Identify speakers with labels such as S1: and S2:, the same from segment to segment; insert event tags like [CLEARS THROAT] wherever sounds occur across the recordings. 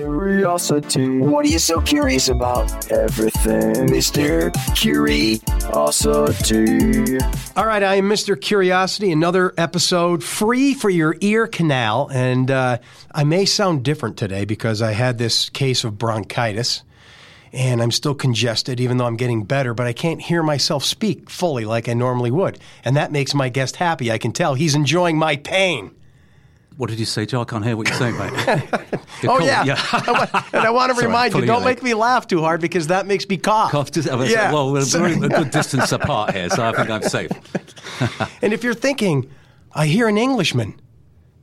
S1: Curiosity. What are you so curious about? Everything, Mr. Curiosity.
S2: All right, I am Mr. Curiosity. Another episode free for your ear canal, and uh, I may sound different today because I had this case of bronchitis, and I'm still congested, even though I'm getting better. But I can't hear myself speak fully like I normally would, and that makes my guest happy. I can tell he's enjoying my pain.
S3: What did you say, Joe? I can't hear what you're saying,
S2: [LAUGHS]
S3: mate. You're
S2: Oh
S3: cold.
S2: yeah, [LAUGHS]
S3: [LAUGHS]
S2: I wa- and I want to
S3: Sorry,
S2: remind you:
S3: pulling
S2: don't
S3: your leg.
S2: make me laugh too hard because that makes me cough.
S3: Cough dis- well,
S2: Yeah.
S3: Well, we're,
S2: Sorry.
S3: we're a good distance apart here, so I think
S2: [LAUGHS]
S3: I'm safe.
S2: And if you're thinking, I hear an Englishman,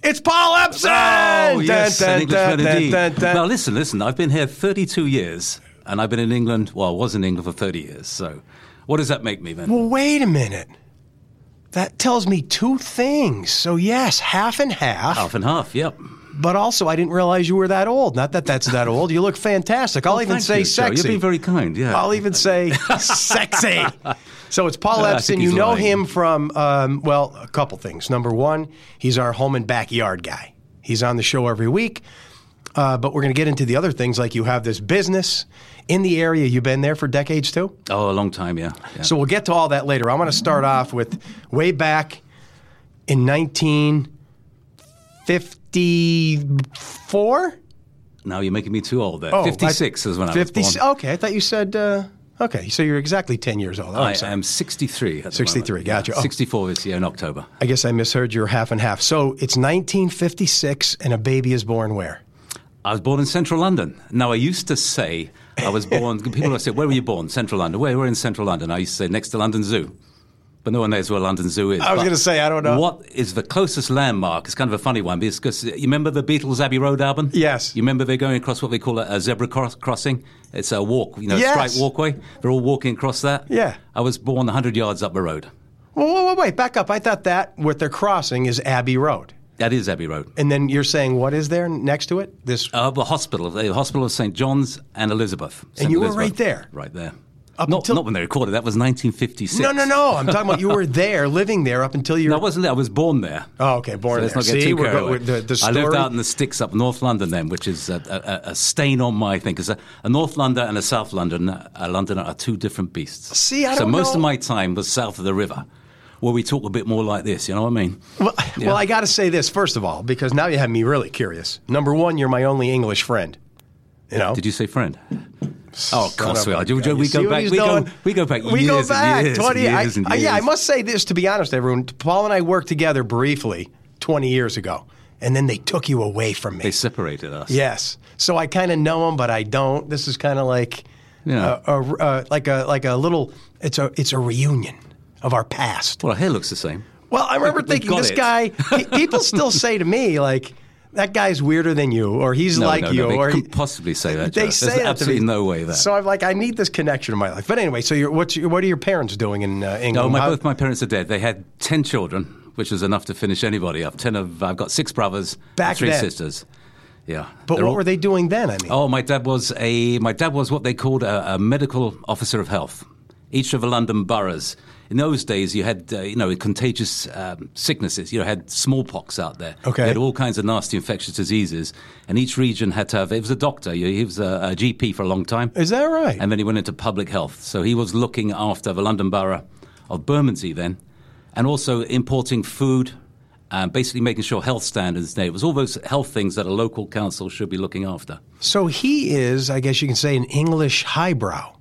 S2: it's Paul Epson.
S3: Oh, yes,
S2: Dun, dun,
S3: an Englishman
S2: dun,
S3: indeed.
S2: dun, dun.
S3: Now, listen, listen, I've been here 32 years, and I've been in England, well, I was in England for 30 years, so what does that make me then?
S2: Well, wait a minute. That tells me two things. So yes, half and half.
S3: Half and half, yep.
S2: But also, I didn't realize you were that old. Not that that's that old. You look fantastic. I'll even
S3: Thank
S2: say
S3: you, Joe.
S2: sexy.
S3: You've been very kind, yeah.
S2: I'll even say
S3: [LAUGHS]
S2: sexy. So it's Paul
S3: I
S2: Epson.
S3: think
S2: You
S3: he's
S2: know
S3: lying.
S2: him from, um, well, a couple things. Number one, he's our home and backyard guy. He's on the show every week. Uh, but we're going to get into the other things like you have this business in the area. You've been there for decades too?
S3: Oh, a long time, yeah. yeah.
S2: So we'll get to all that later. I want to start off with way back in 1954.
S3: now you're making me too old there.
S2: Oh,
S3: 56
S2: I- oh,
S3: is when I was
S2: 56
S3: born.
S2: Okay, I thought you said. Uh, okay, so you're exactly 10 years old. Oh, I'm
S3: I
S2: sorry.
S3: am 63 at the
S2: 63,
S3: moment.
S2: gotcha. Oh.
S3: 64 this year in October.
S2: I guess I misheard your half and half. So it's 1956, and a baby is born where?
S3: I was born in central London. Now, I used to say I
S2: [LAUGHS]
S3: was born, people would say, Where were you born? Central London. Where? We're in central London. I used to say next to London Zoo. But no one knows where London Zoo is.
S2: I was
S3: But
S2: gonna say, I don't know.
S3: What is the closest landmark? It's kind of a funny one because uh, you remember the Beatles' Abbey Road album?
S2: Yes.
S3: You remember they're going across what they call a, a zebra cross- crossing? It's a walk, you know,
S2: Yes.
S3: straight walkway. They're all walking across that.
S2: Yeah.
S3: I was born 100 yards up the road.
S2: Whoa, whoa, whoa, wait, back up. I thought that what they're crossing is Abbey Road.
S3: That is Abbey Road.
S2: And then you're saying what is there next to it? This
S3: Uh, the hospital, the hospital of St John's and Elizabeth. St.
S2: you were
S3: Elizabeth.
S2: right there?
S3: right there.
S2: Up
S3: not,
S2: until-
S3: not when they recorded. That was 1956.
S2: No, no, no. I'm talking about you [LAUGHS] were there, living there up until you
S3: No, I
S2: were
S3: wasn't there. I was born there.
S2: Oh, okay, born
S3: So let's
S2: there.
S3: not get
S2: See,
S3: too
S2: we're
S3: carried
S2: go-
S3: away.
S2: the- the
S3: I lived
S2: story-
S3: out in the sticks up North London then, which is a, a, a stain on my thing because a, a North London and a South London, a Londoner are two different beasts.
S2: See, I
S3: so
S2: don't
S3: most
S2: know.
S3: of my time was south of the river, where we talk a bit more like this. You know what I mean?
S2: Well, well, I got to say this first of all, because now you have me really curious. Number one, you're my only English friend. You know,
S3: Did you say friend? Oh, of course we are. Joe, Joe,
S2: You
S3: we
S2: see
S3: go
S2: what
S3: back.
S2: he's
S3: We go,
S2: doing?
S3: we go back.
S2: We
S3: years
S2: go
S3: and
S2: back
S3: years and
S2: 20 I-
S3: years and
S2: I- yeah, I
S3: years.
S2: must say this to be honest, everyone. Paul and I worked together briefly 20 years ago, and then they took you away from me.
S3: They separated us.
S2: yes, so I kind of know him, but I don't. This is kind of like
S3: Yeah.
S2: a, a- uh, like a like a little. It's a it's a reunion of our past.
S3: Well, our hair looks the same.
S2: Well, I remember
S3: [LAUGHS] We- we
S2: thinking
S3: got
S2: this
S3: it.
S2: guy. pe- people still say to me like, "That guy's weirder than you," or "He's
S3: No,
S2: like
S3: no,
S2: you,"
S3: no, they
S2: or
S3: couldn't possibly say that.
S2: they
S3: Joe.
S2: say
S3: There's
S2: that
S3: absolutely
S2: to me.
S3: no way that.
S2: So I'm like, I need this connection in my life. But anyway, so you're, what's your, what are your parents doing in uh, England?
S3: No, my,
S2: How-
S3: both my parents are dead. They had ten children, which was enough to finish anybody up. Ten of I've got six brothers, and
S2: Back
S3: three
S2: then.
S3: sisters. Yeah,
S2: but
S3: They're
S2: what
S3: all-
S2: were they doing then? I mean,
S3: Oh, my dad was a my dad was what they called a, a medical officer of health. Each of the London boroughs. In those days, you had uh, you know contagious um, sicknesses. You had smallpox out there.
S2: Okay.
S3: You had all kinds of nasty infectious diseases, and each region had to have. It was a doctor. He was a, a GP for a long time.
S2: is that right?
S3: And then he went into public health. So he was looking after the London Borough of Bermondsey then, and also importing food and basically making sure health standards there. It was all those health things that a local council should be looking after.
S2: so he is, I guess you can say, an English highbrow.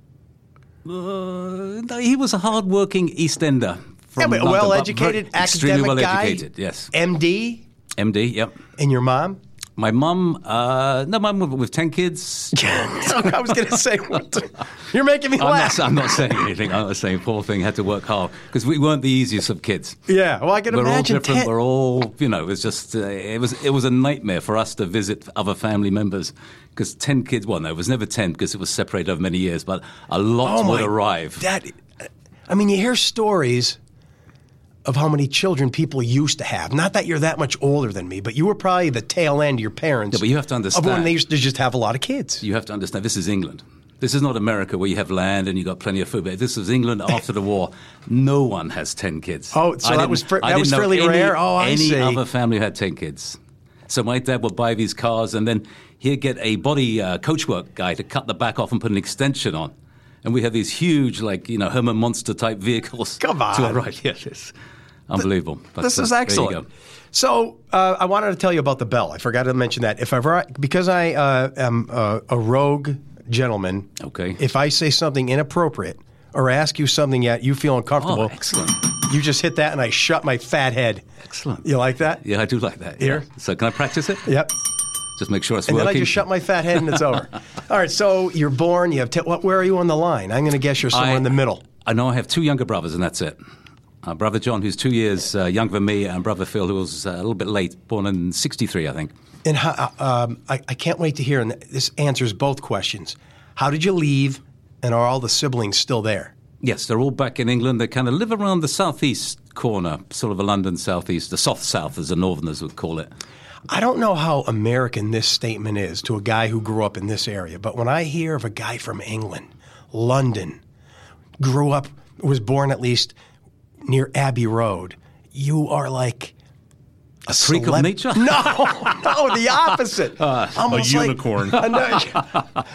S3: Uh, no, he was a hard-working East Ender. From
S2: Yeah, but
S3: London,
S2: well-educated,
S3: but extremely
S2: academic guy.
S3: well-educated, yes.
S2: MD,
S3: MD, yep.
S2: and your
S3: [LAUGHS]
S2: mom. [LAUGHS]
S3: My mum, uh, no, mum with, with 10 kids.
S2: So I was going to say, what the- you're making me
S3: I'm
S2: laugh.
S3: not, I'm not saying anything. I'm not saying poor thing had to work hard because we weren't the easiest of kids.
S2: Yeah, well, I can
S3: we're
S2: imagine.
S3: all different.
S2: ten-
S3: We're all, you know, it was just, uh, it was, it was a nightmare for us to visit other family members because ten kids. Well, no, it was never ten because it was separated over many years, but a lot
S2: Oh
S3: would arrive.
S2: That, I mean, you hear stories of how many children people used to have. Not that you're that much older than me, but you were probably the tail end of your parents.
S3: Yeah, but you have to
S2: Of when
S3: understand-
S2: they used to just have a lot of kids.
S3: you have to understand, this is England. This is not America where you have land and you got plenty of food. But this
S2: [LAUGHS]
S3: was England after the war. No one has ten kids.
S2: Oh, so that
S3: I didn't-
S2: was fa-
S3: I
S2: that
S3: didn't
S2: was
S3: know
S2: fairly
S3: any-
S2: rare? Oh, I
S3: any
S2: see.
S3: other family who had ten kids. So my dad would buy these cars, and then he'd get a body uh, coachwork guy to cut the back off and put an extension on. And we had these huge, like you know, Herman Monster type
S2: [LAUGHS]
S3: vehicles.
S2: Come
S3: To our
S2: on.
S3: right, yes, it's unbelievable. But,
S2: This
S3: uh,
S2: is
S3: there you
S2: excellent.
S3: go.
S2: So uh, I wanted to tell you about the bell. I forgot to mention that. If ever I, because I uh, am uh, a rogue gentleman,
S3: Okay.
S2: If I say something inappropriate or ask you something that you feel uncomfortable,
S3: Oh, excellent.
S2: you just hit that and I shut my fat head.
S3: Excellent.
S2: You like that?
S3: Yeah, I do like that.
S2: Here.
S3: Yeah. So can I practice it?
S2: Yep.
S3: Just make sure it's
S2: And
S3: working.
S2: then I just shut my fat head and it's
S3: [LAUGHS]
S2: over. All right. So you're born. You have. T- what? Where are you on the line? I'm going to guess you're somewhere
S3: I-
S2: in the middle.
S3: I know I have two younger brothers, and that's it. Uh, brother John, who's two years uh, younger than me, and brother Phil, who was uh, a little bit late, born in '63, I think.
S2: And how, um, I, I can't wait to hear, and this answers both questions. How did you leave, and are all the siblings still there?
S3: Yes, they're all back in England. They kind of live around the southeast corner, sort of a London southeast, the soft south, as the Northerners would call it.
S2: I don't know how American this statement is to a guy who grew up in this area, but when I hear of a guy from England, London, grew up, was born at least near Abbey Road, you are like a
S3: freak of nature? Uh,
S2: No, [LAUGHS] no, the
S3: [LAUGHS]
S2: opposite. Almost like-
S4: unicorn.
S2: [LAUGHS] no,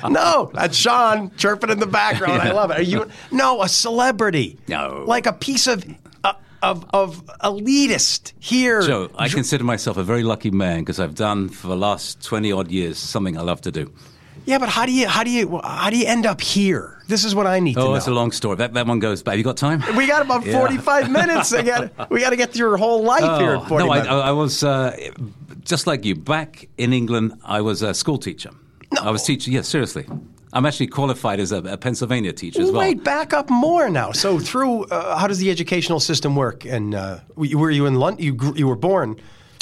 S2: no, that's Sean chirping in the background. I love it. Are you? No, a celebrity.
S3: No.
S2: like a piece of. Uh, of, of elitist here.
S3: Joe, I consider myself a very lucky man because I've done for the last 20 odd years something I love to do.
S2: Yeah, but how do you how do you how do you end up here? This is what I need to
S3: Oh,
S2: know.
S3: it's a long story. That, that one goes back. Have you got time?
S2: we got about
S3: Yeah.
S2: forty five minutes. I
S3: [LAUGHS]
S2: got we got to get through your whole life here
S3: Oh,
S2: at forty
S3: no, I,
S2: minutes.
S3: I was uh, just like you. Back in England, I was a school teacher. I was teaching. Yes, seriously. I'm actually qualified as a, a Pennsylvania teacher as well.
S2: Wait, back up more now. So through uh, how does the educational system work? And uh, w- were you in London? You gr- you were born.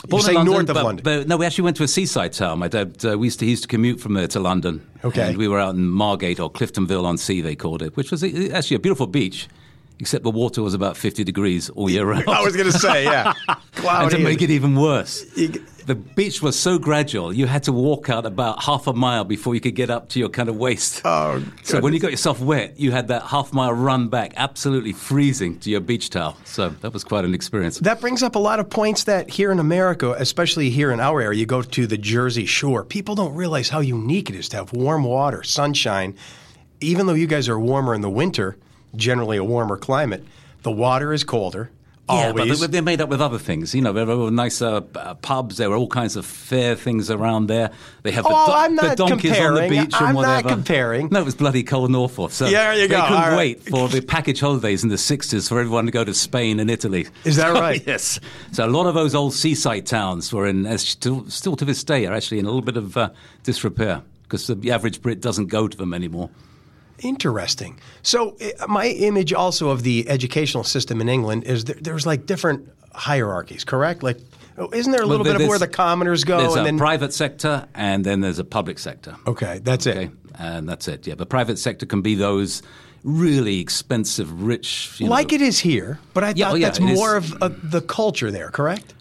S3: Born
S2: you say
S3: in London,
S2: north of
S3: but-
S2: London.
S3: but no, we actually went to a seaside town. My dad, uh, we used to, he used to commute from there to London.
S2: Okay.
S3: And we were out in Margate or Cliftonville on Sea, they called it, which was a, actually a beautiful beach, except the water was about 50 degrees
S2: [LAUGHS]
S3: all year round.
S2: I was going to say
S3: [LAUGHS]
S2: yeah.
S3: and
S2: Cloudy.
S3: to make it even worse,
S2: You-
S3: the beach was so gradual, you had to walk out about half a mile before you could get up to your kind of waist.
S2: Oh,
S3: so when you got yourself wet, you had that half mile run back, absolutely freezing to your beach towel. So that was quite an experience.
S2: That brings up a lot of points that here in America, especially here in our area, you go to the Jersey Shore. People don't realize how unique it is to have warm water, sunshine. Even though you guys are warmer in the winter, generally a warmer climate, the water is colder.
S3: Yeah,
S2: Always.
S3: but they, they're made up with other things. You know, there were nicer uh, pubs. There were all kinds of fair things around there. They have the,
S2: Oh,
S3: do-
S2: I'm
S3: the
S2: not
S3: donkeys on the
S2: comparing.
S3: beach
S2: I'm
S3: and
S2: not
S3: whatever.
S2: comparing.
S3: No, it was bloody cold and awful. So
S2: Yeah, there you
S3: they
S2: go.
S3: couldn't
S2: All right.
S3: wait for the package holidays in the 60s for everyone to go to Spain and Italy.
S2: Is
S3: [LAUGHS]
S2: that
S3: So,
S2: right?
S3: Oh, yes. So a lot of those old seaside towns were in, as still, still to this day, are actually in a little bit of uh, disrepair because the average Brit doesn't go to them anymore.
S2: Interesting. So, uh, my image also of the educational system in England is there, there's like different hierarchies, correct? Like, oh, isn't there a little
S3: Well,
S2: bit of where the
S3: there's-
S2: commoners go?
S3: There's
S2: and
S3: a
S2: then,
S3: private sector and then there's a public sector.
S2: okay, that's it.
S3: Okay, and that's it. Yeah, the private sector can be those really expensive, rich. You
S2: like
S3: know,
S2: it is here, but I
S3: Yeah,
S2: thought
S3: oh, yeah,
S2: that's
S3: it is.
S2: more of uh, the culture there, correct?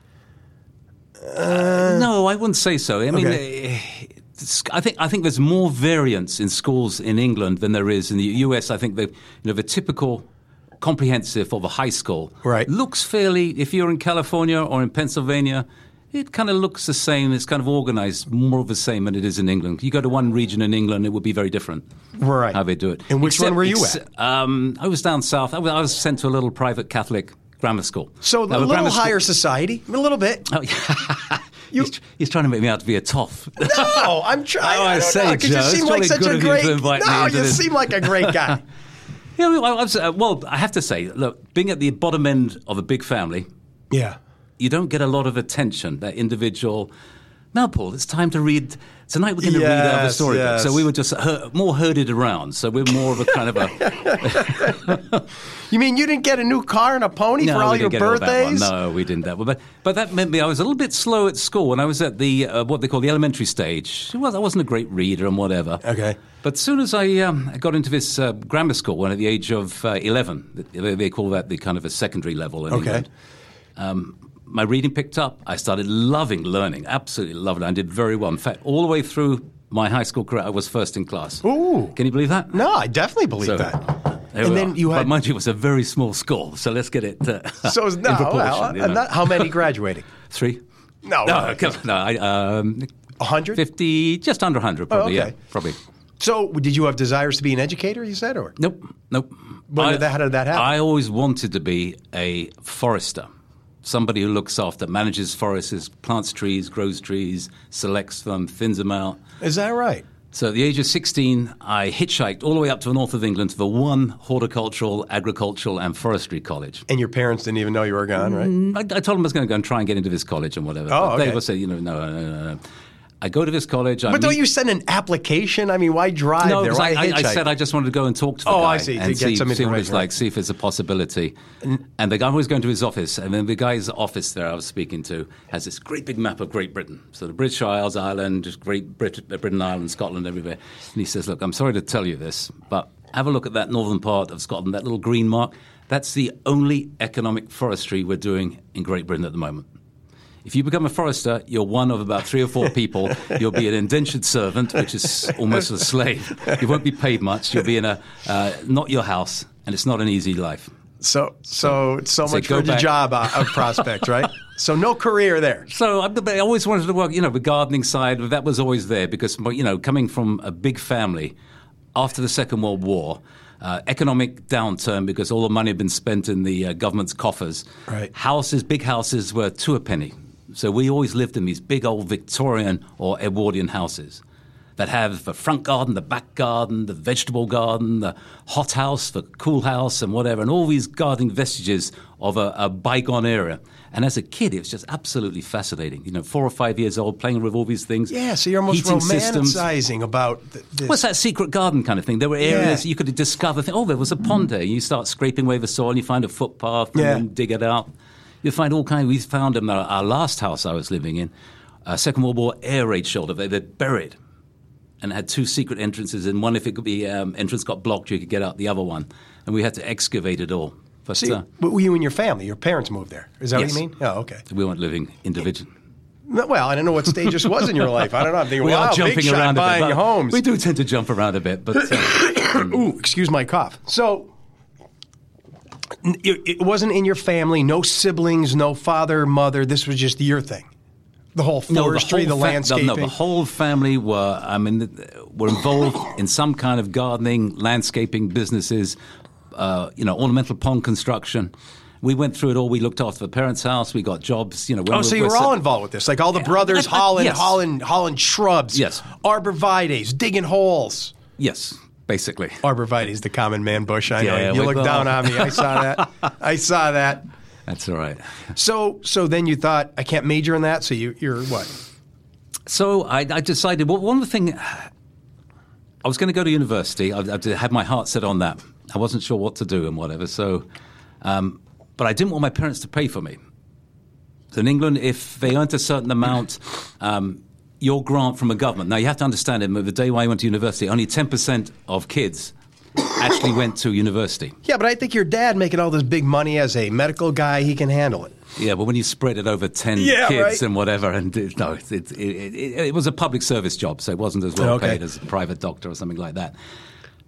S3: No, I wouldn't say so. I mean,
S2: Uh, Okay.
S3: eh, it's- I think I think there's more variance in schools in England than there is in the US. I think the you know the typical comprehensive of a high school
S2: Right.
S3: looks fairly. If you're in California or in Pennsylvania. It kind of looks the same. It's kind of organized more of the same than it is in England. You go to one region in England, it would be very different.
S2: Right.
S3: how they do it.
S2: And which one were you
S3: at? Um, I was down south. I was, I was sent to a little private Catholic grammar school.
S2: So
S3: Now,
S2: a
S3: the
S2: little
S3: grammar school-
S2: higher society, a little
S3: [LAUGHS]
S2: bit.
S3: Oh, yeah. he's, tr- he's trying to make me out to be a toff. [LAUGHS]
S2: No, I'm trying.
S3: Oh,
S2: I,
S3: I
S2: don't
S3: say,
S2: know, 'cause you
S3: Joe, it's
S2: seem like
S3: jolly
S2: such
S3: good
S2: a
S3: of you
S2: great.
S3: to invite me
S2: No,
S3: into
S2: you
S3: this.
S2: seem like a great
S3: [LAUGHS]
S2: guy.
S3: yeah, well, I, I was, uh, well, I have to say, look, being at the bottom end of a big family,
S2: yeah.
S3: you don't get a lot of attention. That individual. Now, Paul, it's time to read. Tonight we're going to read out of a
S2: Yes,
S3: storybook.
S2: yes.
S3: So we were just her, more herded around. So we're more of a kind of
S2: [LAUGHS]
S3: a.
S2: You mean you didn't get a new car and a pony for all
S3: we
S2: your
S3: didn't get all that one.
S2: birthdays?
S3: No, we didn't that one. But but that meant me I was a little bit slow at school when I was at the uh, what they call the elementary stage. It was, I wasn't a great reader and whatever.
S2: Okay.
S3: But as soon as I um, got into this uh, grammar school, when at the age of uh, eleven, they, they call that the kind of a secondary level in
S2: Okay.
S3: England. Um, my reading picked up. I started loving learning. Absolutely loved it. I did very well. In fact, all the way through my high school career, I was first in class.
S2: Ooh.
S3: Can you believe that?
S2: No, I definitely believe
S3: So, [LAUGHS]
S2: that.
S3: There
S2: and
S3: we
S2: then
S3: are.
S2: you
S3: but
S2: had.
S3: mind you, it was a very small school, so let's get it. Uh,
S2: [LAUGHS] so it's-
S3: [LAUGHS] in
S2: no, uh,
S3: proportion,
S2: well,
S3: you know. [LAUGHS]
S2: not- how many graduated?
S3: Three.
S2: No, uh,
S3: No, come on, no, I, um,
S2: a hundred.
S3: 50, just under 100, probably.
S2: Oh, okay.
S3: Yeah, probably.
S2: So, did you have desires to be an educator? You said, or
S3: Nope, nope.
S2: When did that- how did that happen?
S3: I always wanted to be a forester, somebody who looks after, manages forests, plants trees, grows trees, selects them, thins them out.
S2: is that right?
S3: So at the age of 16, I hitchhiked all the way up to the north of England to the one horticultural, agricultural, and forestry college.
S2: And your parents didn't even know you were gone, right?
S3: I, I told them I was going to go and try and get into this college and whatever.
S2: Oh,
S3: But
S2: okay.
S3: They would say, you know, no, no, no, no. I go to this college. I
S2: But don't
S3: meet-
S2: you send an application? I mean, why drive
S3: No,
S2: there?
S3: because I,
S2: Why
S3: I, I
S2: hitchhike?
S3: said I just wanted to go and talk to the
S2: Oh,
S3: guy
S2: I see, to
S3: and
S2: get
S3: see,
S2: some
S3: see what it's
S2: information,
S3: like, see if it's a possibility. And the guy was going to his office, and then the guy's office there I was speaking to has this great big map of Great Britain. So the British Isles, Ireland, just Great Brit- Britain, Ireland, Scotland, everywhere. And he says, Look, I'm sorry to tell you this, but have a look at that northern part of Scotland, that little green mark. That's the only economic forestry we're doing in Great Britain at the moment. If you become a forester, you're one of about three or four people. You'll be an indentured servant, which is almost a slave. You won't be paid much. You'll be in a uh, not your house, and it's not an easy life.
S2: so, so it's so,
S3: So
S2: much
S3: go
S2: for the
S3: back.
S2: job uh, of prospect, right? [LAUGHS] So no career there.
S3: So I, but I always wanted to work, you know, the gardening side. That was always there because, you know, coming from a big family after the Second World War, uh, economic downturn because all the money had been spent in the uh, government's coffers.
S2: Right.
S3: Houses, big houses were two a penny. So we always lived in these big old Victorian or Edwardian houses that have the front garden, the back garden, the vegetable garden, the hot house, the cool house, and whatever, and all these gardening vestiges of a, a bygone era. And as a kid, it was just absolutely fascinating. You know, four or five years old, playing with all these things.
S2: Yeah, so you're almost
S3: heating
S2: romanticizing
S3: systems.
S2: about th- this.
S3: What's that secret garden kind of thing? There were areas
S2: Yeah.
S3: you could discover. Things. Oh, there was a pond there. You start scraping away the soil, and you find a footpath, and
S2: Yeah.
S3: then dig it out. You find all kinds. We found them at our last house I was living in, uh, Second World War air raid shelter. They they buried, and had two secret entrances. And one, if it could be um, entrance got blocked, you could get out the other one, and we had to excavate it all. But
S2: See,
S3: uh,
S2: but you and your family, your parents moved there. Is that
S3: Yes.
S2: what you mean? Oh, okay.
S3: we weren't living individually.
S2: No, Well, I don't know what stage this was in your life. I don't know. I'm thinking,
S3: [LAUGHS] we
S2: wow,
S3: are jumping
S2: big shot
S3: around a
S2: buying
S3: bit. but
S2: homes.
S3: We do tend to jump around a bit, but. Uh,
S2: [CLEARS THROAT] Ooh, excuse my cough. So n- it, it wasn't in your family, no siblings, no father, mother. This was just your thing. The whole forestry, the,
S3: whole fa-
S2: landscaping.
S3: No, the whole family were. I mean, th- were
S2: [COUGHS]
S3: involved in some kind of gardening, landscaping businesses. Uh, you know, ornamental pond construction. We went through it all. We looked after the parents' house. We got jobs. You know, when
S2: Oh,
S3: we
S2: so you were all involved with this, like all the brothers,
S3: I- I-
S2: Holland,
S3: [LAUGHS] yes.
S2: Holland, Holland shrubs,
S3: Yes.
S2: arborvitaes, digging holes.
S3: Yes, basically.
S2: Arborvitaes, the common man bush. I
S3: Yeah,
S2: know you
S3: we-
S2: looked
S3: well-
S2: down on me. I saw
S3: [LAUGHS]
S2: that. I saw that.
S3: That's all right.
S2: So, so then you thought I can't major in that. So you, you're what?
S3: So I, I decided. Well, one thing, I was going to go to university. I, I had my heart set on that. I wasn't sure what to do and whatever. So, um, but I didn't want my parents to pay for me. So in England, if they earned a certain amount, um, your grant from a government. Now you have to understand it. The day when I went to university, only ten percent of kids actually went to university.
S2: Yeah, but I think your dad making all this big money as a medical guy, he can handle it.
S3: Yeah, but when you spread it over ten
S2: Yeah,
S3: kids
S2: right.
S3: and whatever, and it, no, it, it, it, it, it was a public service job, so it wasn't as well
S2: Okay.
S3: paid as a private doctor or something like that.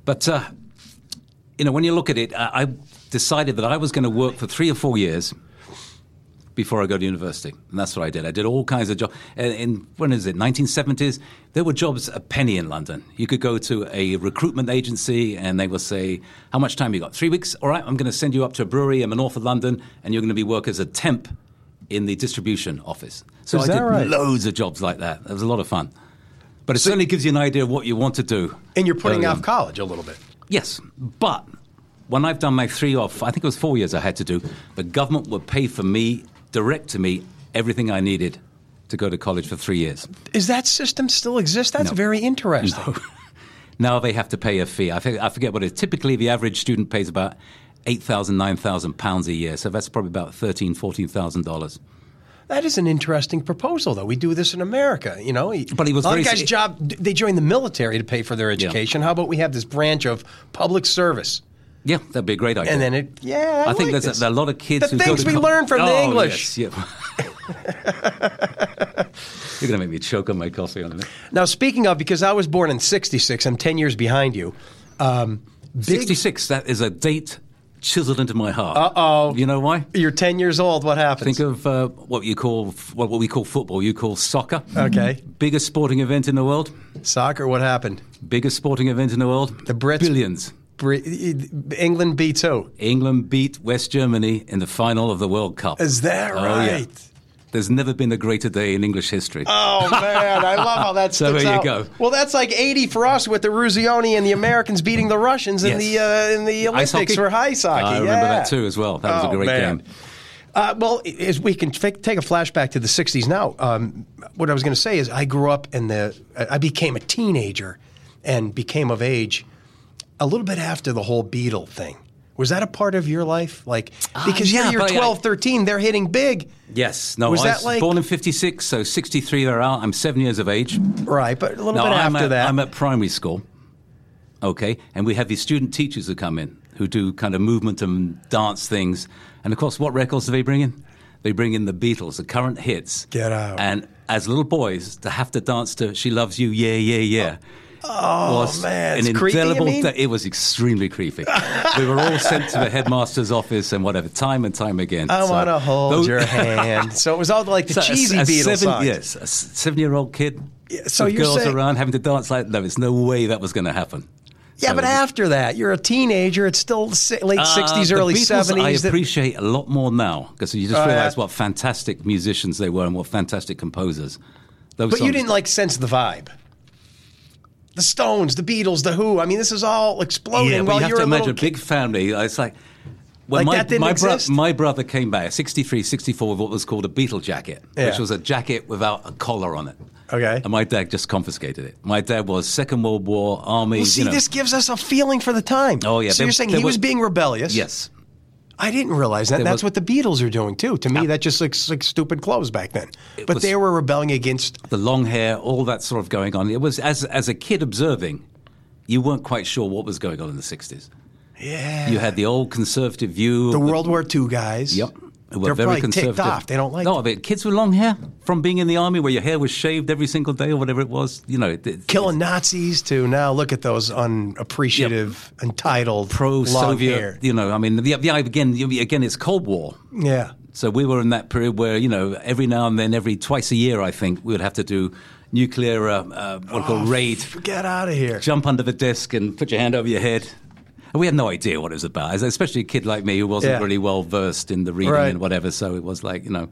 S3: But uh, you know, when you look at it, I, I decided that I was going to work for three or four years before I go to university, and that's what I did. I did all kinds of jobs. In, in when is it, 1970s? There were jobs a penny in London. You could go to a recruitment agency, and they would say, "How much time you got? Three weeks? All right, I'm going to send you up to a brewery in the north of London, and you're going to be work as a temp in the distribution office." So
S2: Is that
S3: I did
S2: right?
S3: loads of jobs like that. It was a lot of fun, but it certainly gives you an idea of what you want to do.
S2: And you're putting
S3: early
S2: off
S3: on.
S2: college a little bit.
S3: Yes, but when I've done my three or f- I think it was four years I had to do, the government would pay for me, direct to me, everything I needed to go to college for three years.
S2: Is that system still exist? That's
S3: No.
S2: very interesting.
S3: Now they have to pay a fee. I, think, I forget what it is. Typically, the average student pays about eight thousand, nine thousand pounds a year. So that's probably about thirteen, fourteen thousand dollars.
S2: That is an interesting proposal, though. We do this in America, you know.
S3: But he was
S2: a lot of
S3: very-
S2: guys' job. They join the military to pay for their education. How about we have this branch of public service,
S3: Yeah, that'd be a great idea.
S2: and then it? Yeah, I,
S3: I think
S2: like
S3: there's
S2: this.
S3: a, there are a lot of kids.
S2: The
S3: who go
S2: things
S3: to
S2: we
S3: col-
S2: learn from the
S3: Oh,
S2: English.
S3: yes, yeah. [LAUGHS] You're going to make me choke on my coffee on a minute.
S2: Now, speaking of, because I was born in '66, I'm 10 years behind you. Um, big
S3: 66, that is a date chiseled into my heart. Uh oh. You know why?
S2: You're 10 years old. What happens?
S3: Think of uh, what you call well, what we call football. You call soccer.
S2: okay.
S3: Biggest sporting event in the world.
S2: Soccer, what happened?
S3: Biggest sporting event in the world.
S2: The Brits-
S3: Billions.
S2: Bre- England B2.
S3: England beat West Germany in the final of the World Cup.
S2: Is that
S3: Oh, yeah.
S2: right?
S3: There's never been a greater day in English history.
S2: Oh man, I love how that
S3: So
S2: sticks
S3: there you
S2: out.
S3: go.
S2: Well, that's like eighty for us with the Ruzioni and the Americans beating the Russians in
S3: Yes.
S2: the uh, in the
S3: Ice
S2: Olympics
S3: hockey?
S2: for ice hockey.
S3: I remember
S2: yeah.
S3: that too as well. That was
S2: Oh,
S3: a great
S2: man.
S3: game.
S2: Uh, well, as we can fi- take a flashback to the '60s now, um, what I was going to say is I grew up in the. I I became a teenager, and became of age, a little bit after the whole Beatle thing. Was that a part of your life? Like because
S3: Uh, yeah,
S2: you're
S3: but I-
S2: 12, 13, they're hitting big,
S3: Yes. No,
S2: Was
S3: I
S2: that
S3: was
S2: like-
S3: born in 56, so 63 they're out. I'm seven years of age.
S2: right? But a little bit
S3: I'm
S2: after
S3: at,
S2: that,
S3: I'm at primary school. Okay. And we have these student teachers who come in who do kind of movement and dance things. And of course, what records do they bring in? They bring in the Beatles, the current hits.
S2: Get out.
S3: And as little boys, to have to dance to She Loves You, Yeah, Yeah, Yeah. Oh,
S2: man, it's creepy, you mean?
S3: da- it was extremely
S2: [LAUGHS]
S3: creepy. we were all sent to the headmaster's office and whatever, time and time again.
S2: I
S3: So
S2: want to hold
S3: those-
S2: your hand. So it was all like the
S3: [LAUGHS] So a-
S2: cheesy
S3: a
S2: Beatles
S3: seven,
S2: songs.
S3: Yes, a s- seven-year-old kid.
S2: so
S3: with
S2: you're
S3: girls
S2: saying-
S3: around having to dance like no, there's no way that was going to happen.
S2: Yeah,
S3: So
S2: but
S3: it-
S2: after that, you're a teenager. It's still si- late
S3: Uh,
S2: 60s,
S3: the
S2: early
S3: Beatles
S2: 70s.
S3: I
S2: that-
S3: appreciate a lot more now because you just
S2: yeah.
S3: realize what fantastic musicians they were and what fantastic composers. Those
S2: but you
S3: songs-
S2: didn't like sense the vibe. The Stones, the Beatles, the Who. I mean, this is all exploding
S3: Yeah, but
S2: while
S3: you have
S2: you're
S3: to
S2: a little
S3: imagine a
S2: kid.
S3: big family. uh, It's like. Well,
S2: Like
S3: my,
S2: that didn't
S3: my,
S2: exist?
S3: my brother came back, 63, 64, with what was called a beetle jacket,
S2: Yeah.
S3: which was a jacket without a collar on it.
S2: Okay.
S3: And my dad just confiscated it. My dad was Second World War, Army.
S2: Well, see,
S3: you know,
S2: this gives us a feeling for the time.
S3: Oh, yeah,
S2: So
S3: there-
S2: you're saying
S3: there
S2: he was,
S3: was-
S2: being rebellious.
S3: Yes.
S2: I didn't realize that. That's
S3: was-
S2: what the Beatles are doing, too. To me, that just looks like stupid clothes back then. But
S3: was-
S2: they were rebelling against
S3: the long hair, all that sort of going on. It was as as a kid observing, you weren't quite sure what was going on in the sixties.
S2: yeah,
S3: You had the old conservative view,
S2: the
S3: of
S2: World War II guys.
S3: Yep. Who were
S2: They're
S3: very
S2: probably
S3: conservative.
S2: ticked off. They don't like
S3: no, but kids with long hair from being in the army, where your hair was shaved every single day or whatever it was. You know, it, it-
S2: killing Nazis to now look at those unappreciative, entitled
S3: pro-Soviet.
S2: long hair.
S3: You know, I mean, the, the again, again, it's Cold War.
S2: Yeah.
S3: So we were in that period where you know every now and then, every twice a year, I think we would have to do nuclear uh, uh, what
S2: Oh.
S3: called raid.
S2: Get out of here.
S3: jump under the desk and put your hand over your head. And we had no idea what it was about, as- especially a kid like me who wasn't
S2: Yeah.
S3: really well versed in the reading
S2: Right.
S3: and whatever. So it was like, you know,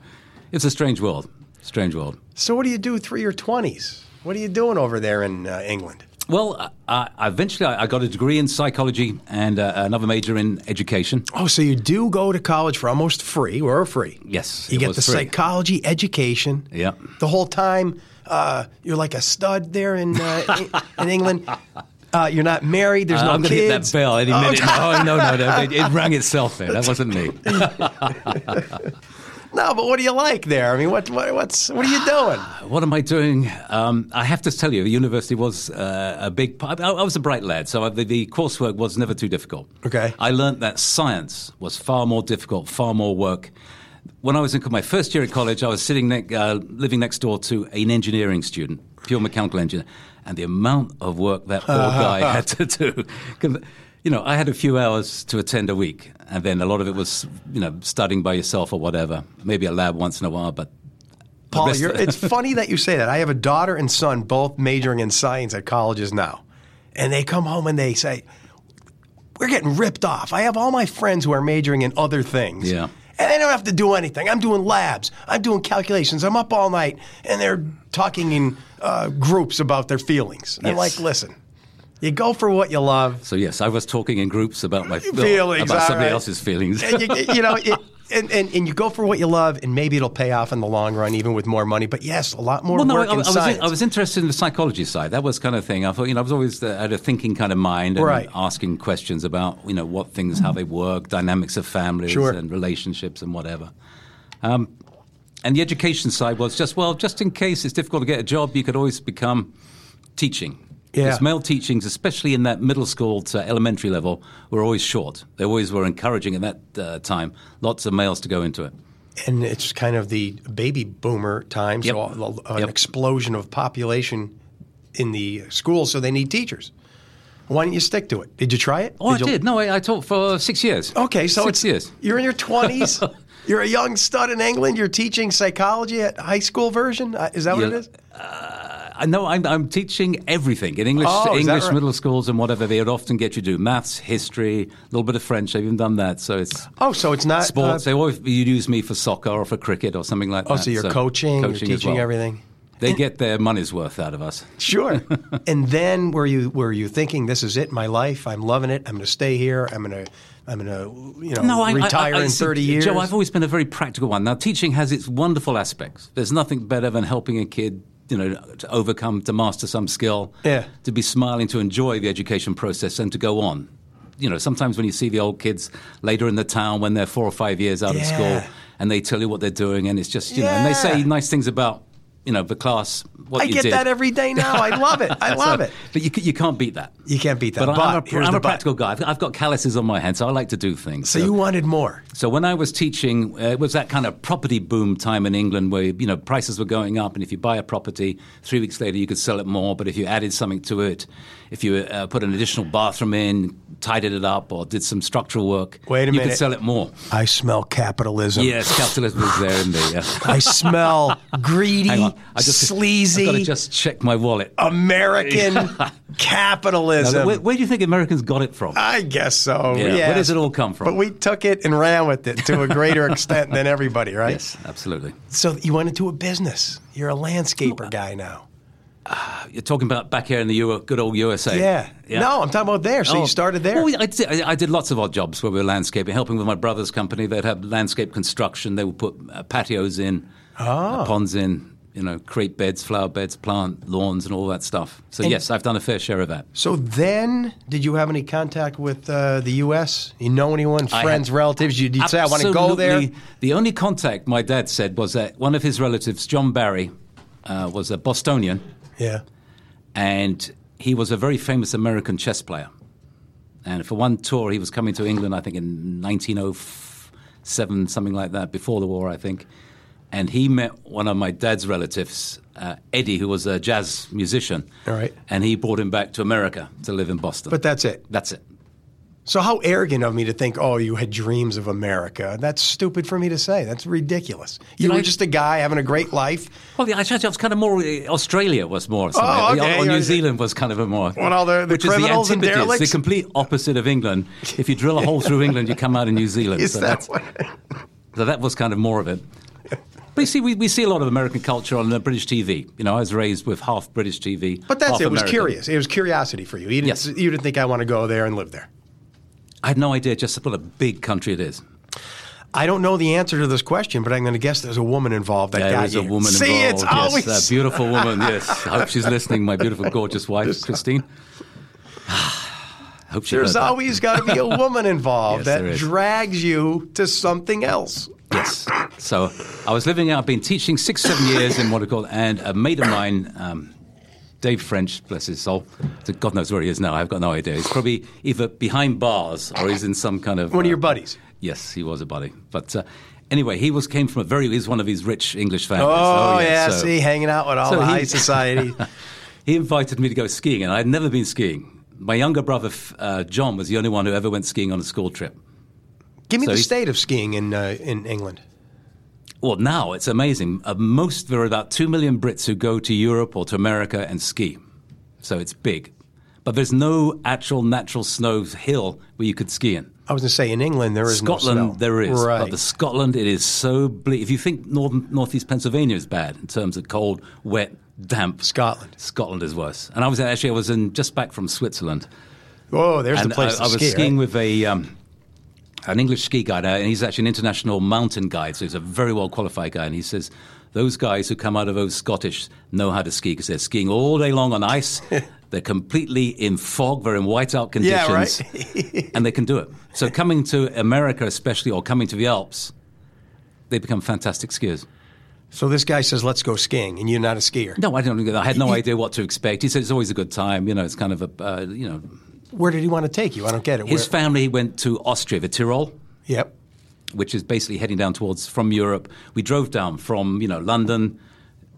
S3: it's a strange world. Strange world.
S2: So what do you do through your 20s? What are you doing over there in uh, England?
S3: Well, I- I, eventually I I got a degree in psychology and uh, another major in education.
S2: Oh, so you do go to college for almost free or free.
S3: Yes,
S2: You
S3: it
S2: get
S3: was
S2: the
S3: free.
S2: psychology education.
S3: Yep.
S2: The whole time uh, you're like a stud there in [LAUGHS] uh, in England. Uh, you're not married. There's no
S3: I'm going to hit that
S2: kids.
S3: bell any minute. Oh, no, no, no. It, it rang itself there. That wasn't me.
S2: [LAUGHS] No, but what do you like there? I mean, what, what what's what are [SIGHS] you doing?
S3: What am I doing? Um, I have to tell you, the university was uh, a big part. I, I was a bright lad, so I, the, the coursework was never too difficult.
S2: Okay.
S3: I learnt that science was far more difficult, far more work. When I was in my first year at college, I was sitting ne- uh, living next door to an engineering student, pure mechanical engineer, and the amount of work that poor guy had to do. 'Cause, You know, I had a few hours to attend a week, and then a lot of it was, you know, studying by yourself or whatever. Maybe a lab once in a while, but
S2: Paul,
S3: best-
S2: you're, it's funny that you say that. I have a daughter and son both majoring in science at colleges now. And they come home and they say, We're getting ripped off. I have all my friends who are majoring in other things.
S3: Yeah.
S2: And they don't have to do anything. I'm doing labs, I'm doing calculations, I'm up all night, and they're talking in uh, groups about their feelings. And I'm
S3: Yes.
S2: like, listen, you go for what you love.
S3: So yes, I was talking in groups about my
S2: Feelings,
S3: about
S2: all
S3: somebody
S2: right.
S3: else's feelings.
S2: and you, you know, it, and, and, and you go for what you love, and maybe it'll pay off in the long run, even with more money. But yes, a lot more
S3: well, no, I,
S2: work
S3: I,
S2: in
S3: was
S2: science.
S3: I was interested in the psychology side. That was kind of thing. I thought, you know, I was always uh, had a thinking kind of mind and
S2: Right.
S3: asking questions about, you know, what things, how they work, dynamics of families
S2: Sure.
S3: and relationships and whatever. Um, and the education side was just well, just in case it's difficult to get a job, you could always become teaching.
S2: Yeah.
S3: Because male teachings, especially in that middle school to elementary level, were always short. They always were encouraging at that uh, time lots of males to go into it.
S2: and it's kind of the baby boomer time, so
S3: Yep.
S2: a- a- an
S3: Yep.
S2: explosion of population in the schools, so they need teachers. Why don't you stick to it? Did you try it?
S3: Oh,
S2: you-
S3: I did. No, I, I taught for six years.
S2: Okay, so
S3: six
S2: it's
S3: years.
S2: you're in your
S3: [LAUGHS]
S2: twenties. you're a young stud in England. You're teaching psychology at high school version. Uh, Is that what
S3: Yeah.
S2: it is?
S3: I know Uh, I'm, I'm teaching everything in English,
S2: Oh, is that
S3: English
S2: right?
S3: middle schools and whatever. They would often get you to do maths, history, a little bit of French. I've even done that. So it's
S2: Oh, so it's not uh,
S3: sports. they always use me for soccer or for cricket or something like
S2: oh,
S3: that.
S2: so you're coaching,
S3: coaching
S2: you're
S3: as
S2: teaching
S3: well.
S2: everything.
S3: They get their money's worth out of us. [LAUGHS]
S2: Sure. and then were you were you thinking this is it, my life? I'm loving it. I'm going to stay here. I'm going to I'm going to you know retire in
S3: see-
S2: 30 years.
S3: Joe, I've always been a very practical one. Now, teaching has its wonderful aspects. There's nothing better than helping a kid, you know, to overcome, to master some skill,
S2: Yeah.
S3: to be smiling, to enjoy the education process, and to go on. You know, sometimes when you see the old kids later in the town when they're four or five years out of
S2: Yeah.
S3: school, and they tell you what they're doing, and it's just you know, and they say
S2: Yeah.
S3: nice things about you know the class. What
S2: I
S3: you
S2: get
S3: did.
S2: that every day now. I love it.
S3: [LAUGHS]
S2: I love it.
S3: But you, c- you can't beat that.
S2: You can't beat that.
S3: But, I'm a,
S2: here's
S3: I'm
S2: the
S3: a
S2: but.
S3: practical guy. I've, I've got calluses on my hands, so I like to do things.
S2: So you wanted more.
S3: So when I was teaching, uh, it was that kind of property boom time in England where you know prices were going up, and if you buy a property, three weeks later you could sell it more. But if you added something to it, if you uh, put an additional bathroom in, tidied it up, or did some structural work,
S2: Wait a
S3: you
S2: minute.
S3: could sell it more.
S2: I smell capitalism.
S3: Yes, capitalism is there in there. Yeah.
S2: I
S3: [LAUGHS]
S2: smell greedy,
S3: Hang on, I just I've got to
S2: sleazy
S3: just check my wallet.
S2: Uh,
S3: [LAUGHS]
S2: American capitalism.
S3: where, where do you think Americans got it from?
S2: I guess so.
S3: Yeah,
S2: Uh, yes.
S3: where does it all come from?
S2: But we took it and ran with it to a greater extent than everybody, right?
S3: yes, absolutely.
S2: So you went into a business. You're a landscaper guy now.
S3: You're talking about back here in the U- good old USA.
S2: Yeah. No, I'm talking about there. So
S3: Oh.
S2: you started there.
S3: Well, I, did, I I did lots of odd jobs where we were landscaping, helping with my brother's company. They'd have landscape construction. They would put uh, patios in,
S2: Ah.
S3: uh, ponds in, you know, create beds, flower beds, plant lawns, and all that stuff. So yes, I've done a fair share of that.
S2: so then, did you have any contact with uh, the U.S.? You know anyone,
S3: I
S2: friends,
S3: had-
S2: relatives? You, would say, I want to go there.
S3: Absolutely. The only contact my dad said was that one of his relatives, John Barry, uh, was a Bostonian,
S2: Yeah.
S3: and he was a very famous American chess player. And for one tour, he was coming to England, I think, in 1907, something like that, before the war, I think. And he met one of my dad's relatives, uh, Eddie, who was a jazz musician.
S2: All right.
S3: And he brought him back to America to live in Boston.
S2: But that's it.
S3: that's it.
S2: So how arrogant of me to think, oh, you had dreams of America. That's stupid for me to say. That's ridiculous. You
S3: Did
S2: were
S3: I-
S2: just a guy having a great life.
S3: Well, yeah, actually, I was kind of more. uh, Australia was more. something
S2: Oh,
S3: like that.
S2: okay.
S3: Or
S2: Yeah.
S3: New Zealand was kind of a more.
S2: What, all the- the
S3: which
S2: criminals
S3: is the
S2: and
S3: antipodes,
S2: derelicts?
S3: The complete opposite of England. If you drill a hole through England, you come out in New Zealand.
S2: [LAUGHS] Is
S3: so
S2: that
S3: that's
S2: what?
S3: So that was kind of more of it. But you see, we, we see a lot of American culture on the British TV. You know, I was raised with half British TV.
S2: But that's
S3: half
S2: it. It was
S3: American.
S2: curious. It was curiosity for you. You didn't,
S3: Yes.
S2: you didn't think I want to go there and live there.
S3: I had no idea just what a big country it is.
S2: I don't know the answer to this question, but I'm going to guess there's a woman involved. That
S3: There
S2: got
S3: is
S2: you.
S3: a woman
S2: See,
S3: involved.
S2: it's
S3: yes,
S2: always
S3: that beautiful woman. Yes, I hope she's listening. My beautiful, gorgeous
S2: [LAUGHS]
S3: wife, Christine. [SIGHS] I hope she
S2: there's
S3: heard that.
S2: always got to be a woman involved
S3: Yes, there
S2: that
S3: is.
S2: drags you to something else.
S3: Yes. So I was living. I've been teaching six, seven years in what I call, and a mate of mine, um, Dave French, bless his soul, so God knows where he is now. I've got no idea. He's probably either behind bars or he's in some kind of
S2: One of
S3: uh,
S2: your buddies.
S3: Yes, he was a buddy. But uh, anyway, he was came from a very. He's one of these rich English families.
S2: Oh, yeah,
S3: so
S2: see, hanging out with all
S3: so
S2: the
S3: he-
S2: high
S3: [LAUGHS]
S2: society.
S3: he invited me to go skiing, and I'd never been skiing. My younger brother f- uh, John was the only one who ever went skiing on a school trip.
S2: Give me
S3: So
S2: the
S3: he-
S2: state of skiing in uh, in England.
S3: Well, now it's amazing. Uh, most there are about two million Brits who go to Europe or to America and ski, so it's big. But there's no actual natural snow hill where you could ski in.
S2: I was going to say in England there is
S3: Scotland,
S2: no snow.
S3: there is,
S2: right.
S3: but the Scotland it is so bleak. If you think northern northeast Pennsylvania is bad in terms of cold, wet, damp,
S2: Scotland.
S3: Scotland is worse. And I was actually I was in just back from Switzerland,
S2: Whoa, Oh, there's
S3: and
S2: the place
S3: I,
S2: to
S3: I was
S2: ski. right?
S3: skiing with a. Um, an English ski guide, uh, and he's actually an international mountain guide, so he's a very well qualified guy. And he says, Those guys who come out of those Scottish know how to ski because they're skiing all day long on
S2: [LAUGHS]
S3: ice. they're completely in fog, they're in whiteout
S2: [LAUGHS] Yeah,
S3: conditions, and they can do it. So, coming to America, especially, or coming to the Alps, they become fantastic skiers.
S2: [LAUGHS] So this guy says, "Let's go skiing," and you're not a skier.
S3: No, I don't. I had no idea what to expect. He said it's always a good time. You know, it's kind of a uh, you know.
S2: Where did he want to take you? I don't get it.
S3: His
S2: Where-
S3: family went to Austria, the Tyrol,
S2: yep.
S3: which is basically heading down towards from Europe. We drove down from you know London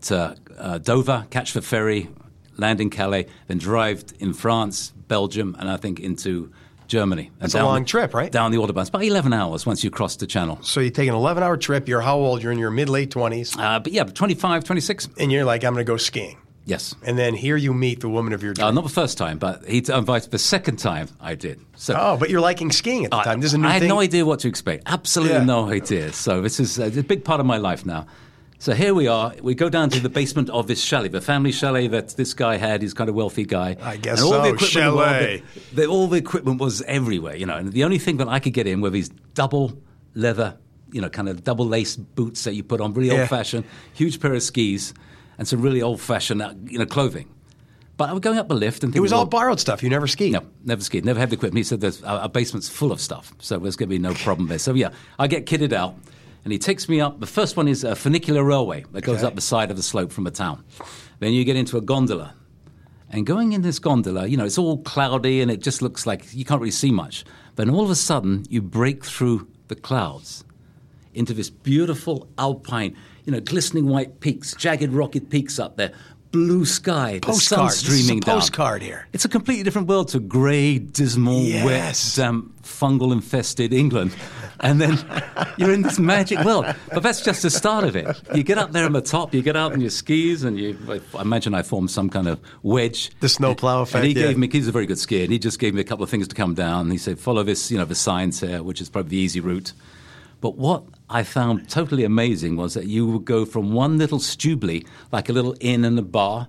S3: to uh, Dover, catch the ferry, land in Calais, then drive in France, Belgium, and I think into Germany. And
S2: That's a long trip, right?
S3: Down the autobahn. It's about 11 hours once you cross the channel.
S2: So you take an 11 hour trip. You're how old? You're in your mid late 20s.
S3: Uh, but yeah, 25, 26.
S2: And you're like, I'm going to go skiing.
S3: Yes.
S2: And then here you meet the woman of your
S3: Uh,
S2: dreams.
S3: not the first time, but he invited the second time I did. So
S2: oh, but you're liking skiing at the time. This is a new
S3: Uh, I had
S2: thing.
S3: no idea what to expect. Absolutely
S2: Yeah.
S3: no idea. So this is a a big part of my life now. So here we are. We go down to the basement of this chalet, the family chalet that this guy had. He's kind of wealthy guy.
S2: I guess
S3: and all
S2: so,
S3: The equipment in the world,
S2: chalet.
S3: the- the- all the equipment was everywhere, you know. And the only thing that I could get in were these double leather, you know, kind of double lace boots that you put on, really
S2: Yeah.
S3: old fashioned, huge pair of skis, and some really old fashioned, uh, you know, clothing. But I was going up the lift and
S2: It was all
S3: well,
S2: borrowed stuff. You never skied.
S3: no, never skied, never had the equipment. He said there's, our, our basement's full of stuff, so there's going to be no problem there. So yeah, I get kitted out, and he takes me up. The first one is a funicular railway that goes
S2: Okay.
S3: up the side of the slope from a town. Then you get into a gondola, and going in this gondola, you know, it's all cloudy and it just looks like you can't really see much. But all of a sudden, you break through the clouds into this beautiful alpine, you know, glistening white peaks, jagged rocket peaks up there, blue sky,
S2: Postcard.
S3: the
S2: This
S3: sun
S2: is
S3: streaming
S2: a
S3: down.
S2: postcard here.
S3: It's a completely different world to grey, dismal,
S2: Yes.
S3: wet, damp, fungal infested England. And then you're in this magic world. But that's just the start of it. You get up there on the top, you get out on your skis, and you, I imagine I formed some kind of wedge.
S2: The snowplow effect.
S3: And he
S2: yeah.
S3: gave me, he's a very good skier, and he just gave me a couple of things to come down. And he said, follow this, you know, the signs here, which is probably the easy route. But what I found totally amazing was that you would go from one little stubly, like a little inn and a bar,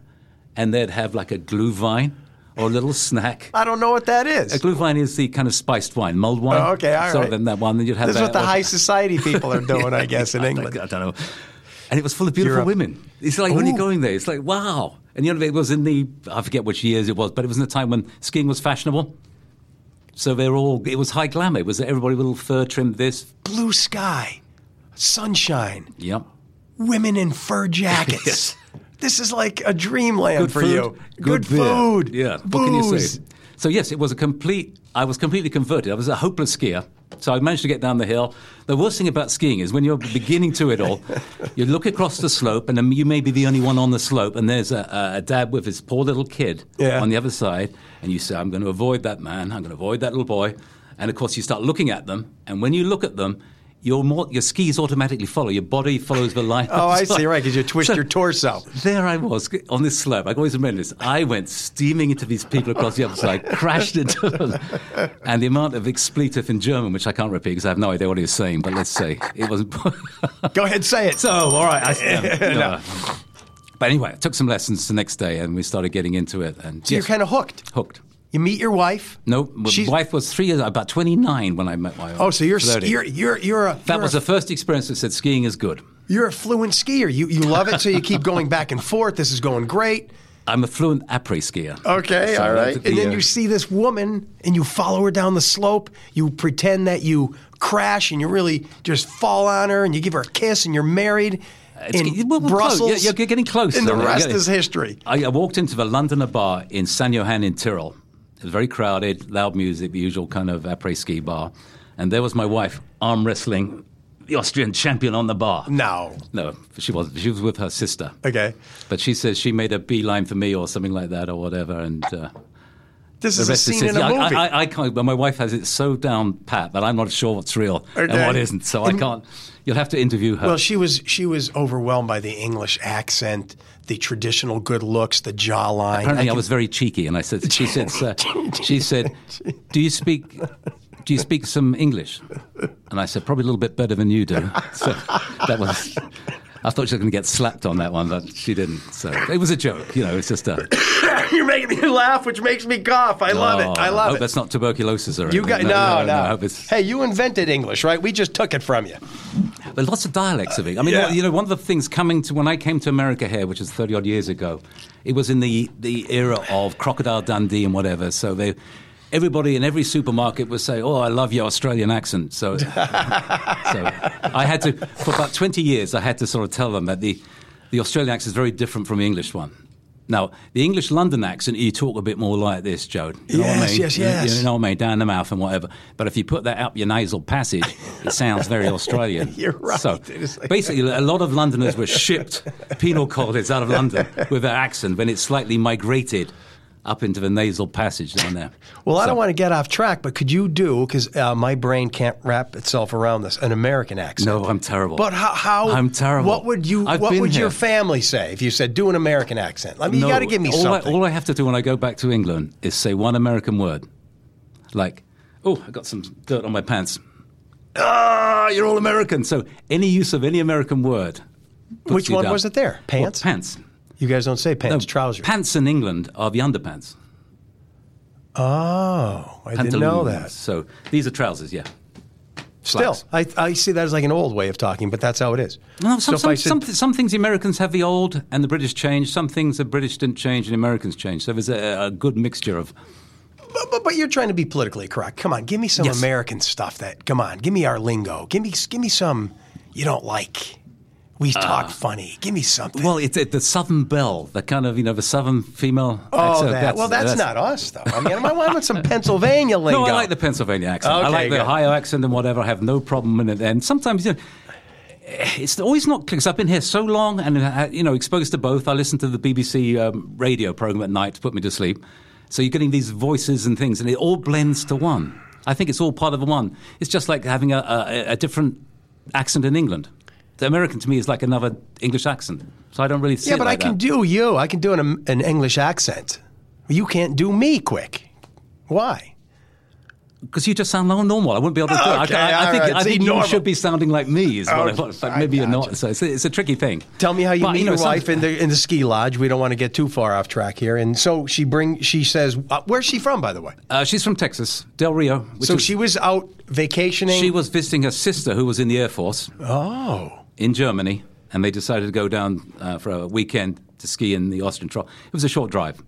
S3: and they'd have like a glühwein or a little snack.
S2: [LAUGHS] I don't know what that
S3: A
S2: is.
S3: glühwein is the kind of spiced wine, mulled wine.
S2: Oh, okay, all
S3: So
S2: right.
S3: then that one, then you'd have
S2: This is
S3: that
S2: what the
S3: or-
S2: high society
S3: [LAUGHS]
S2: people are doing, I guess, in
S3: I-
S2: England.
S3: I, don't know. And it was full of beautiful
S2: Europe.
S3: women. It's like when you're
S2: Ooh.
S3: going there, it's like wow. And you know, it was in the I forget which years it was, but it was in the time when skiing was fashionable. So they were all. It was high glamour. It was everybody with a little fur trimmed this.
S2: Blue sky, sunshine,
S3: Yep.
S2: women in fur jackets.
S3: Yes.
S2: This is like a dreamland for
S3: food,
S2: you.
S3: Good, beer.
S2: food.
S3: Yeah.
S2: Booze.
S3: What can you say? So yes, it was a complete. I was completely converted. I was a hopeless skier. So I managed to get down the hill. The worst thing about skiing is when you're beginning to it all,
S2: [LAUGHS]
S3: you look across the slope, and then you may be the only one on the slope, and there's a, a dad with his poor little kid
S2: Yeah.
S3: on the other side, and you say, "I'm going to avoid that man. I'm going to avoid that little boy," and of course you start looking at them, and when you look at them. Your, more, your skis automatically follow. Your body follows the line.
S2: Oh, I
S3: [LAUGHS] So-
S2: see. Right, because you twist
S3: so-
S2: your torso.
S3: there I was on this slope. I always remember this. I went steaming into these people across the other side, [LAUGHS] crashed into them, and the amount of expletive in German, which I can't repeat because I have no idea what he was saying. But let's say it wasn't. [LAUGHS]
S2: Go ahead, say it.
S3: so all right, I, um, you know. But anyway, I took some lessons the next day, and we started getting into it, and
S2: You're
S3: yes,
S2: kind of hooked.
S3: hooked.
S2: You meet your wife.
S3: No, my
S2: She's-
S3: wife was three years, about twenty nine when I met my wife.
S2: Oh, so you're
S3: 30.
S2: you're you're you're a
S3: that
S2: you're
S3: was
S2: a,
S3: the first experience that said skiing is good.
S2: you're a fluent skier. You you love it, so you keep going back and forth. This is going great.
S3: I'm a fluent après skier.
S2: Okay,
S3: So
S2: all right.
S3: that'd be,
S2: And then
S3: uh,
S2: you see this woman and you follow her down the slope. You pretend that you crash and you really just fall on her and you give her a kiss and you're married.
S3: It's
S2: in
S3: ge- well, we're close.
S2: Brussels.
S3: You're- you're getting close,
S2: And the
S3: though. You're
S2: rest
S3: getting-
S2: is history.
S3: I, I walked into the Londoner bar in San Johan in Tyrol. It was very crowded, loud music, the usual kind of après ski bar. And there was my wife arm wrestling the Austrian champion on the bar.
S2: No.
S3: No, she was she was with her sister.
S2: Okay.
S3: But she says she made a beeline for me or something like that or whatever. And uh,
S2: This
S3: the
S2: is a
S3: rest is
S2: scene in
S3: history.
S2: a
S3: I-
S2: movie.
S3: I, I, I can't. But my wife has it so down pat that I'm not sure what's real
S2: Okay.
S3: and what isn't. So
S2: And-
S3: I can't. You'll have to interview her.
S2: well, she was she was overwhelmed by the English accent, the traditional good looks, the jawline.
S3: Apparently, I,
S2: can-
S3: was very cheeky, and I said, "She said, sir, she said, do you speak, do you speak some English?" And I said, "Probably a little bit better than you do." [LAUGHS] So that was. I thought she was going to get slapped on that one, but she didn't. So it was a joke, you know. It's just a.
S2: [LAUGHS] You're making me laugh, which makes me cough. I love it. I
S3: Oh,
S2: love
S3: hope
S2: it.
S3: That's not tuberculosis or
S2: you
S3: anything.
S2: got no, no.
S3: I hope it's-
S2: Hey, you invented English, right? We just took it from you.
S3: But lots of dialects of it. I mean,
S2: Yeah.
S3: you know, one of the things coming to when I came to America here, which is thirty odd years ago, it was in the the era of Crocodile Dundee and whatever. So they. Everybody in every supermarket would say, "Oh, I love your Australian
S2: [LAUGHS]
S3: accent." So, so I had to, for about twenty years, I had to sort of tell them that the, the Australian accent is very different from the English one. Now, the English London accent, you talk a bit more like this, Joe. You know what
S2: Yes,
S3: I mean?
S2: yes,
S3: You- You,
S2: yes.
S3: know what I mean? Down the mouth and whatever. But if you put that up your nasal passage, it sounds
S2: [LAUGHS]
S3: very Australian.
S2: You're right.
S3: So
S2: It is like-
S3: basically, a lot of
S2: [LAUGHS]
S3: Londoners were shipped penal colonies out of London with their accent when it slightly migrated up into the nasal passage down there.
S2: Well, I don't want to get off track, but could you do, because uh, my brain can't wrap itself around this, an American accent?
S3: No, I'm terrible.
S2: But how, how?
S3: I'm terrible.
S2: What would you?
S3: I've
S2: what
S3: been
S2: would
S3: here.
S2: your family say if you said do an American accent? I mean,
S3: No,
S2: you got to give me
S3: all
S2: something.
S3: I, all I have to do when I go back to England is say one American word, like, "Oh, I got some dirt on my pants." Ah, you're all American. So any use of any American word. puts
S2: Which
S3: you
S2: one
S3: down.
S2: was it there?
S3: Well,
S2: Pants.
S3: pants.
S2: You guys don't say pants. trousers.
S3: Pants in England are the underpants.
S2: oh, I didn't know
S3: Pantaloons.
S2: that.
S3: So these are trousers. Yeah.
S2: Still,
S3: Slacks.
S2: I, I see that as like an old way of talking, but that's how it is.
S3: No,
S2: So
S3: some,
S2: if
S3: some,
S2: I said-
S3: some, some things the Americans have the old and the British change. Some things the British didn't change and the Americans change. So there's a, a good mixture of
S2: but, but, but you're trying to be politically correct. Come on, give me some
S3: Yes.
S2: American stuff. That come on, give me our lingo. Give me give me some you don't like. We talk funny. Give me something.
S3: Uh. Well, it's it, the Southern belle, the kind of you know the Southern female.
S2: oh,
S3: accent.
S2: that. well, that's, not us though. I mean, I want some Pennsylvania lingo.
S3: [LAUGHS] No, I like the Pennsylvania accent. I
S2: Okay,
S3: like the
S2: good.
S3: Ohio accent and whatever. I have no problem in it. And sometimes you know, it's always not because I've been here so long and uh, you know exposed to both. I listen to the BBC um, radio program at night to put me to sleep. So you're getting these voices and things, and it all blends to one. I think it's all part of the one. It's just like having a, a, a different accent in England. The American to me is like another English accent. So I don't really see
S2: Yeah,
S3: it
S2: but
S3: like
S2: I can
S3: that.
S2: do you. I can do an, an English accent. You can't do me quick. Why?
S3: Because you just sound like normal. I wouldn't be able to do it.
S2: Okay,
S3: I, I, I
S2: all
S3: think,
S2: right.
S3: I
S2: See,
S3: think you
S2: normal.
S3: should be sounding like me. Is what I
S2: Okay,
S3: thought, but
S2: I
S3: maybe you're
S2: gotcha.
S3: not. So it's, a- it's a tricky thing.
S2: Tell me how you
S3: But,
S2: meet
S3: know,
S2: your
S3: some-
S2: wife in the in the ski lodge. We don't want to get too far off track here. And so she bring she says, uh, "Where's she from, by the way?"
S3: Uh, she's from Texas, Del Rio. Which
S2: so
S3: is-
S2: she was out vacationing.
S3: she was visiting her sister who was in the Air Force
S2: Oh,
S3: in Germany, and they decided to go down uh, for a weekend to ski in the Austrian Trail. It was a short drive.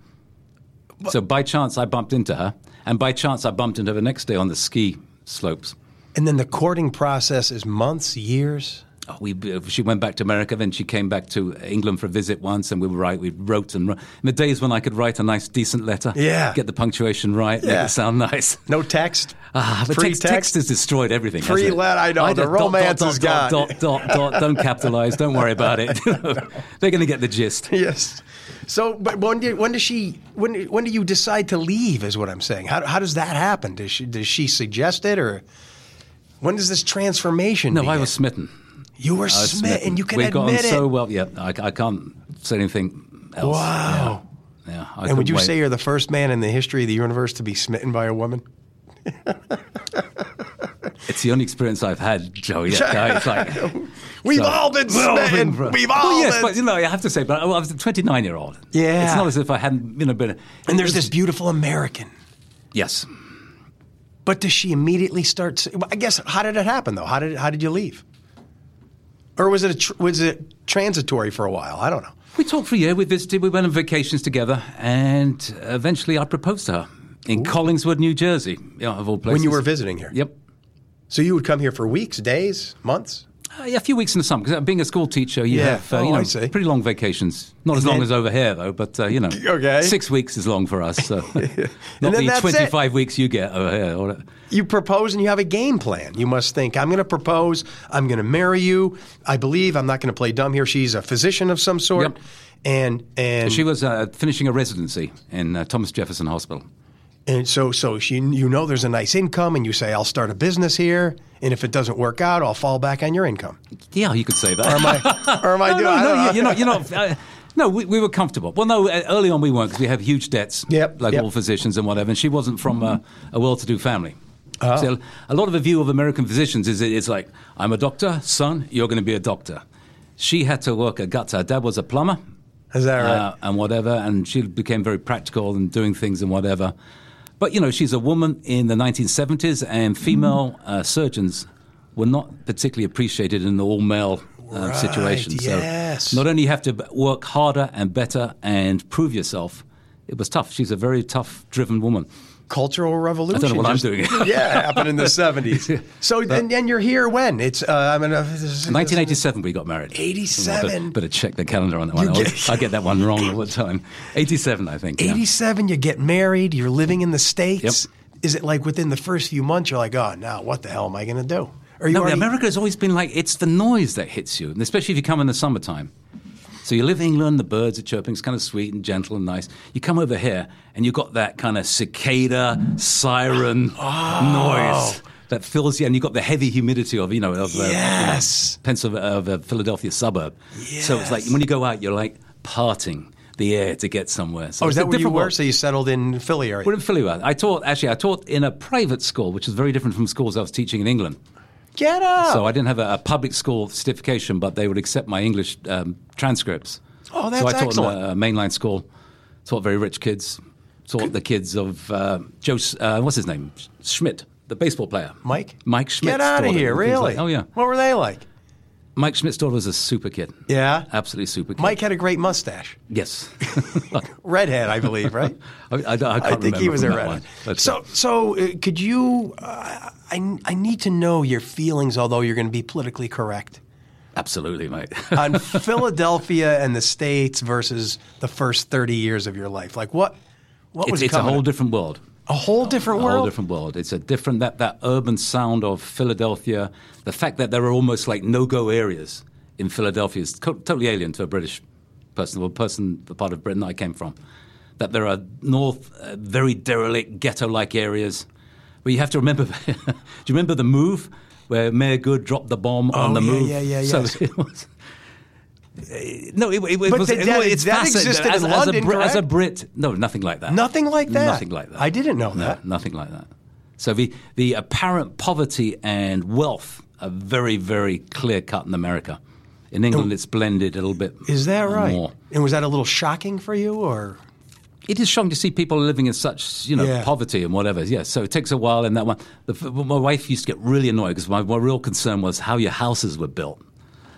S3: So by chance, I bumped into her, and by chance, I bumped into her the next day on the ski slopes.
S2: and then the courting process is months, years.
S3: Oh, we, she went back to America, then she came back to England for a visit once, and we were right. We wrote and, wrote. and the days when I could write a nice, decent letter,
S2: Yeah.
S3: get the punctuation right, make
S2: Yeah.
S3: it sound nice. [LAUGHS]
S2: No text.
S3: Ah, but
S2: Free
S3: text, text has destroyed everything.
S2: Free
S3: hasn't it?
S2: let- I know, the
S3: just-
S2: romance
S3: dot,
S2: is
S3: dot,
S2: gone.
S3: Dot, dot, dot,
S2: [LAUGHS]
S3: dot, don't capitalize. Don't worry about it. [LAUGHS] They're going to get the gist.
S2: yes. So, but when did when does she when when do you decide to leave? Is what I'm saying. How how does that happen? Does she does she suggest it or when does this transformation?
S3: No,
S2: begin?
S3: I was smitten.
S2: You were
S3: I was
S2: smitten. You can
S3: We've
S2: admit
S3: gotten
S2: it.
S3: so well. Yeah, I, I can't say anything else.
S2: Wow.
S3: Yeah, yeah, I
S2: and would
S3: couldn't
S2: you
S3: wait.
S2: say you're the first man in the history of the universe to be smitten by a woman?
S3: it's the only experience I've had, Joey? Yeah, it's like.
S2: [LAUGHS] We've
S3: So-
S2: all been
S3: We've all been
S2: smitten.
S3: bro-
S2: We've all
S3: Well, yes,
S2: been.
S3: but you know, I have to say, but I was a 29 year old.
S2: Yeah.
S3: It's not as if I hadn't, you know, been.
S2: and there's this beautiful American.
S3: Yes.
S2: But does she immediately start? s- I guess how did it happen though? How did how did you leave? Or was it a tr- was it transitory for a while? I don't know.
S3: We talked for a year, we visited, we went on vacations together, and eventually I proposed to her in Collingswood, New Jersey, you know, of all places.
S2: When you were visiting here,
S3: Yep.
S2: So you would come here for weeks, days, months.
S3: Uh, yeah, a few weeks in the summer, because being a school teacher, you
S2: Yeah.
S3: have uh, you
S2: Oh,
S3: know,
S2: I see.
S3: pretty long vacations. Not as long
S2: then-
S3: as over here, though, but uh, you know,
S2: [LAUGHS] Okay.
S3: six weeks is long for us. So.
S2: [LAUGHS] then
S3: [LAUGHS] Not the
S2: that's it.
S3: 25 weeks you get over here. or-
S2: You propose and you have a game plan. You must think, I'm going to propose, I'm going to marry you. I believe I'm not going to play dumb here. She's a physician of some sort.
S3: Yep.
S2: And and
S3: She was uh, finishing a residency in uh, Thomas Jefferson Hospital.
S2: And so, so she, you know, there's a nice income, and you say, "I'll start a business here, and if it doesn't work out, I'll fall back on your income."
S3: Yeah, you could say that.
S2: Or am
S3: [LAUGHS]
S2: I? Or am I
S3: no,
S2: doing?
S3: no,
S2: I
S3: no,
S2: don't know.
S3: you- you're not. You're not. Uh, no, we, we were comfortable. Well, no, uh, early on we weren't because we have huge debts,
S2: Yep,
S3: like
S2: yep.
S3: all physicians and whatever. And she wasn't from a, a well-to-do family.
S2: Ah.
S3: So a lot of the view of American physicians is it's like, I'm a doctor, son, you're going to be a doctor. She had to work her guts. out. Her dad was a plumber
S2: Is that right?
S3: uh, and whatever, and she became very practical and doing things and whatever. But you know, she's a woman in the 1970s, and female
S2: Mm-hmm.
S3: uh, surgeons were not particularly appreciated in the all-male uh,
S2: Right,
S3: situation.
S2: yes.
S3: So not only you have to b- work harder and better and prove yourself, it was tough. She's a very tough, driven woman.
S2: cultural revolution.
S3: know what I'm
S2: just-
S3: doing.
S2: [LAUGHS] yeah, happened
S3: [LAUGHS]
S2: in the 70s. So, and, and you're here when? It's, uh, I mean, uh, this is-
S3: 1987, we got married.
S2: 87?
S3: Better, better check the calendar on that one. I
S2: get-
S3: always- [LAUGHS] I get that one wrong all the time. 87, I think. yeah.
S2: 87, you get married, you're living in the States.
S3: Yep.
S2: Is it like within the first few months, you're like, oh, now what the hell am I going to do? Are you
S3: No,
S2: already-
S3: America has always been like it's the noise that hits you, and especially if you come in the summertime. So you live in England, the birds are chirping, it's kind of sweet and gentle and nice. You come over here, and you've got that kind of cicada
S2: [GASPS]
S3: siren
S2: Oh.
S3: noise that fills you, and you've got the heavy humidity of you know of uh, you know,
S2: Yes.
S3: Pennsylvania, of a Philadelphia suburb. So it's like
S2: Yes.
S3: when you go out, you're like parting the air to get somewhere. So
S2: Oh, is
S3: it's a
S2: that where you
S3: different
S2: were?
S3: world.
S2: So you settled in Philly area?
S3: We're in Philly. well, I taught actually. I taught in a private school, which is very different from schools I was teaching in England.
S2: Get up!
S3: So I didn't have a, a public school certification, but they would accept my English um, transcripts.
S2: Oh,
S3: So I
S2: that's
S3: taught
S2: excellent.
S3: in a, a mainline school, taught very rich kids, taught the kids of uh, Joe, S- uh, what's his name? Sch- Schmidt, the baseball player.
S2: Mike?
S3: Mike Schmidt.
S2: Get out of here, really?
S3: oh, yeah. Uh,
S2: What were they like?
S3: Mike Schmidt's daughter was a super kid.
S2: Yeah?
S3: Absolutely super kid.
S2: Mike had a great mustache.
S3: Yes.
S2: Redhead, I believe,
S3: [LAUGHS]
S2: right?
S3: I,
S2: [LAUGHS]
S3: I don't- I can't
S2: I think he
S3: remember
S2: was a
S3: from that
S2: redhead.
S3: one. But,
S2: So, so uh, could you? Uh, I, I need to know your feelings, although you're going to be politically correct,
S3: Absolutely,
S2: [LAUGHS]
S3: mate. [LAUGHS]
S2: on Philadelphia and the states versus the first 30 years of your life. Like what? What
S3: it's
S2: was
S3: it's a
S2: coming
S3: whole
S2: up?
S3: different world.
S2: a whole different
S3: A
S2: world.
S3: whole different world. It's a different that that urban sound of Philadelphia. The fact that there are almost like no-go areas in Philadelphia is co- totally alien to a British person or person the part of Britain I came from. That there are north uh, very derelict ghetto-like areas. But you have to remember. [LAUGHS] do you remember the move where Mayor Good dropped the bomb on
S2: Oh,
S3: the
S2: yeah,
S3: move?
S2: yeah, yeah,
S3: So
S2: yes.
S3: [LAUGHS] it was. No, it, it, it
S2: But
S3: was.
S2: that-
S3: it-
S2: that-
S3: it's
S2: that
S3: fascinating.
S2: existed
S3: as,
S2: in
S3: as
S2: London,
S3: a, Brit- as a
S2: correct?
S3: Brit. No, nothing like that.
S2: Nothing like that.
S3: Nothing like that.
S2: I didn't know
S3: No,
S2: that.
S3: nothing like that. So the, the apparent poverty and wealth are very, very clear cut in America. In England, it's blended a little bit.
S2: Oh. Is that right?
S3: More.
S2: And was that a little shocking for you, or
S3: It is shocking to see people living in such, you know,
S2: Yeah.
S3: poverty and whatever. Yeah. So it takes a while. And that one, the, f- my wife used to get really annoyed because my, my real concern was how your houses were built.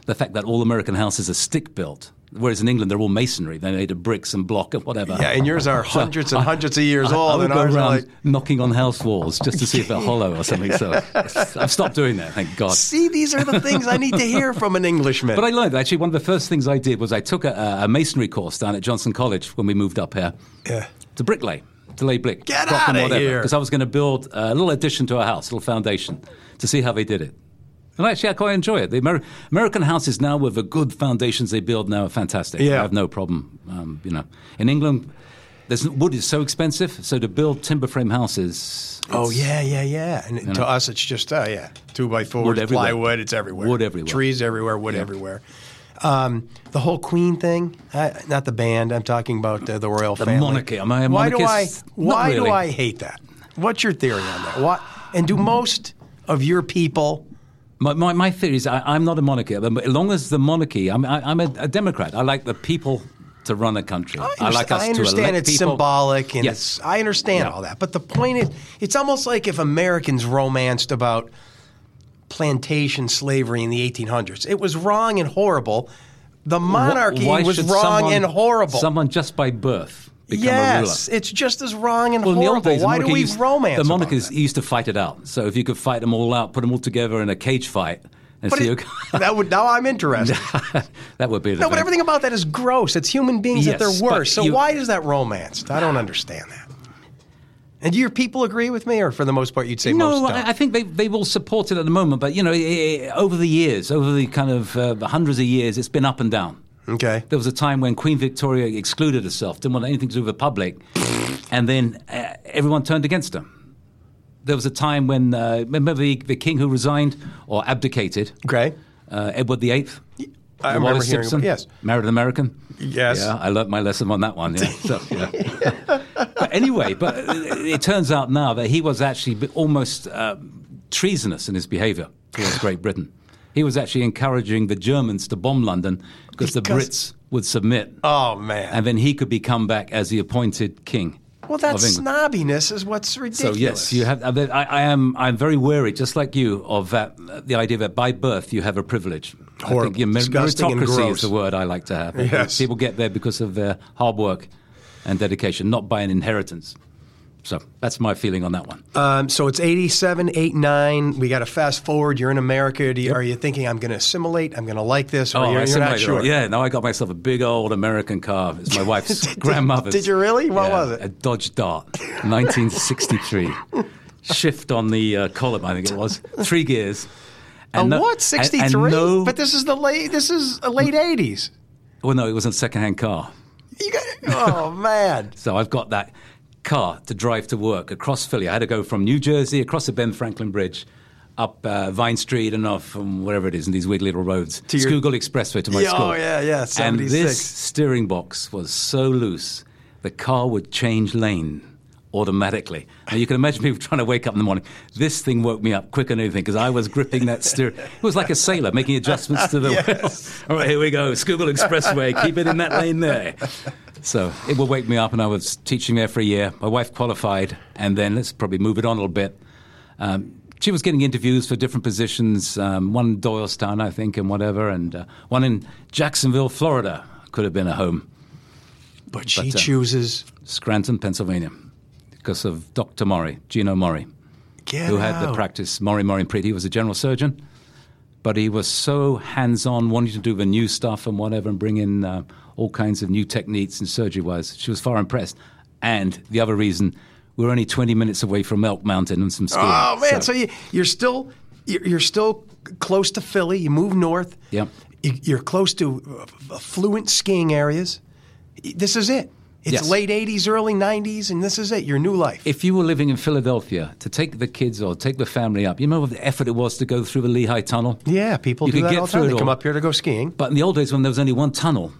S3: The fact that all American houses are stick built, whereas in England they're all masonry. They're made of bricks and block and whatever.
S2: yeah? And
S3: [LAUGHS]
S2: yours are hundreds and hundreds of years
S3: I
S2: old,
S3: would
S2: and
S3: go
S2: ours are
S3: around
S2: like.
S3: knocking on house walls just to
S2: [LAUGHS]
S3: see if they're hollow or something. So I've stopped doing that, thank God.
S2: See, these are the things I need to hear
S3: [LAUGHS]
S2: from an Englishman.
S3: But I learned actually one of the first things I did was I took a, a masonry course down at Johnson College when we moved up here
S2: yeah.
S3: to bricklay, to lay brick.
S2: Get outta here.
S3: Because I was going to build a little addition to our house, a little foundation, to see how they did it. And actually, I quite enjoy it. The Ameri- American houses now with the good foundations they build now are fantastic.
S2: Yeah.
S3: I have no problem. Um, you know, in England, there's, wood is so expensive, so to build timber frame houses.
S2: Oh
S3: it's-
S2: yeah, yeah, yeah. And to us, it's just uh, yeah, two by fours,
S3: Wood everywhere.
S2: plywood. It's everywhere.
S3: Wood everywhere.
S2: Trees everywhere. Wood everywhere. Um, the whole Queen thing, uh, not the band. I'm talking about uh, the royal family.
S3: monarchy. Am I a
S2: why do I?
S3: monarchist? Not
S2: Why do
S3: really.
S2: I hate that? What's your theory on that? Why? And do most of your people?
S3: My, my, my theory is I, I'm not a monarchy. As long as the monarchy, I'm, I, I'm a, a Democrat. I like the people to run a country. I, like us
S2: I understand
S3: to elect
S2: it's
S3: people.
S2: symbolic, and
S3: Yes.
S2: it's, I understand
S3: Yeah.
S2: all that. But the point is, it's almost like if Americans romanced about plantation slavery in the 1800s. It was wrong and horrible. The monarchy
S3: Why
S2: was
S3: should
S2: wrong
S3: someone-
S2: and horrible.
S3: Someone just by birth become
S2: yes,
S3: a ruler.
S2: it's just as wrong and
S3: Well, in the old
S2: horrible.
S3: days, the
S2: Why do
S3: monarchy
S2: we
S3: used,
S2: romance?
S3: The
S2: about
S3: monarchies
S2: that?
S3: used to fight it out. So if you could fight them all out, put them all together in a cage fight, and
S2: But
S3: see
S2: it-
S3: who-
S2: that would
S3: [LAUGHS]
S2: now I'm interested.
S3: that would be. an
S2: no, but
S3: event.
S2: everything about that is gross. It's human beings at their
S3: Yes, but
S2: worst. So
S3: you-
S2: why is that romanced? I don't understand that. And do your people agree with me, or for the most part, you'd say most
S3: No,
S2: don't?
S3: I, I think they they will support it at the moment. But you know, eh, eh, over the years, over the kind of uh, hundreds of years, it's been up and down.
S2: Okay.
S3: There was a time when Queen Victoria excluded herself, didn't want anything to do with the public, and then uh, everyone turned against her. There was a time when, uh, remember the, the king who resigned or abdicated?
S2: Okay.
S3: Uh, Edward VIII?
S2: I
S3: Wallace
S2: remember hearing-
S3: Simpson,
S2: yes.
S3: Married an American?
S2: Yes.
S3: Yeah, I learnt my lesson on that one.
S2: [LAUGHS]
S3: Yeah. So, yeah. but anyway, but uh, it turns out now that he was actually b- almost um, treasonous in his behavior towards Great Britain. He was actually encouraging the Germans to bomb London because the
S2: Because-
S3: Brits would submit
S2: Oh man.
S3: and then he could be come back as the appointed king.
S2: well,
S3: of
S2: that
S3: England.
S2: snobbiness is what's
S3: So
S2: ridiculous.
S3: yes, you have. uh, I, I am. I'm very wary, just like you, of that, the idea that by birth you have a privilege. I
S2: Horrible,
S3: think your mer-
S2: disgusting and
S3: meritocracy
S2: gross.
S3: is the word I like to have. I
S2: [LAUGHS]
S3: think
S2: Yes.
S3: people get there because of their hard work and dedication, not by an inheritance. So that's my feeling on that one.
S2: Um, so it's 87, 89. We got to fast forward. You're in America. Do you, Are you thinking, I'm going to assimilate? I'm going to like this? Or
S3: Oh, I
S2: you're, you're not
S3: assimilated.
S2: sure.
S3: Yeah, now I got myself a big old American car.
S2: [LAUGHS]
S3: It's my wife's grandmother's.
S2: did you really? What was it?
S3: A Dodge Dart,
S2: [LAUGHS]
S3: 1963. Shift on the uh, column, I think it was. Three gears.
S2: A
S3: And no-
S2: Uh, what?
S3: and- and
S2: 63?
S3: no-
S2: but this is the late, this is the late 80s.
S3: well, no, it was a second-hand car.
S2: You got, oh, man.
S3: So I've got that car to drive to work across Philly. I had to go from New Jersey across the Ben Franklin Bridge, up uh, Vine Street, and off from wherever it is in these weird little roads. To
S2: your-
S3: Schuylkill Expressway to my
S2: Yeah, oh,
S3: school.
S2: yeah, yeah,
S3: And
S2: 76.
S3: this steering box was so loose, the car would change lane automatically. Now you can imagine people trying to wake up in the morning. This thing woke me up quicker than anything because I was gripping that steer. It was like a sailor making adjustments to the wheel. All right, here we go. Schuylkill Expressway. Keep it in that lane there. So it would wake me up, and I was teaching there for a year. My wife qualified, and then let's probably move it on a little bit. Um, she was getting interviews for different positions, um, one in Doylestown, I think, and whatever, and uh, one in Jacksonville, Florida. Could have been a home.
S2: But she
S3: But, uh,
S2: chooses.
S3: Scranton, Pennsylvania, because of Dr. Murray, Gino Murray,
S2: Get
S3: who had the
S2: out.
S3: practice. Murray, Murray and Preet. He was a general surgeon, but he was so hands on, wanting to do the new stuff and whatever, and bring in uh, all kinds of new techniques and surgery wise. She was far impressed. And the other reason, we were only 20 minutes away from Elk Mountain and some skiing.
S2: Oh man, so, you, you're still you're, you're still close to Philly. You move north.
S3: Yep.
S2: You, you're close to uh, affluent skiing areas. This is it. It's
S3: Yes.
S2: late '80s, early '90s, and this is it. Your new life.
S3: if you were living in Philadelphia, to take the kids or take the family up, you know what the effort it was to go through the Lehigh Tunnel?
S2: yeah, people
S3: You
S2: do
S3: could
S2: that
S3: get
S2: all the time.
S3: through it
S2: They come
S3: all.
S2: up here to go skiing.
S3: But in the old days when there was only one tunnel,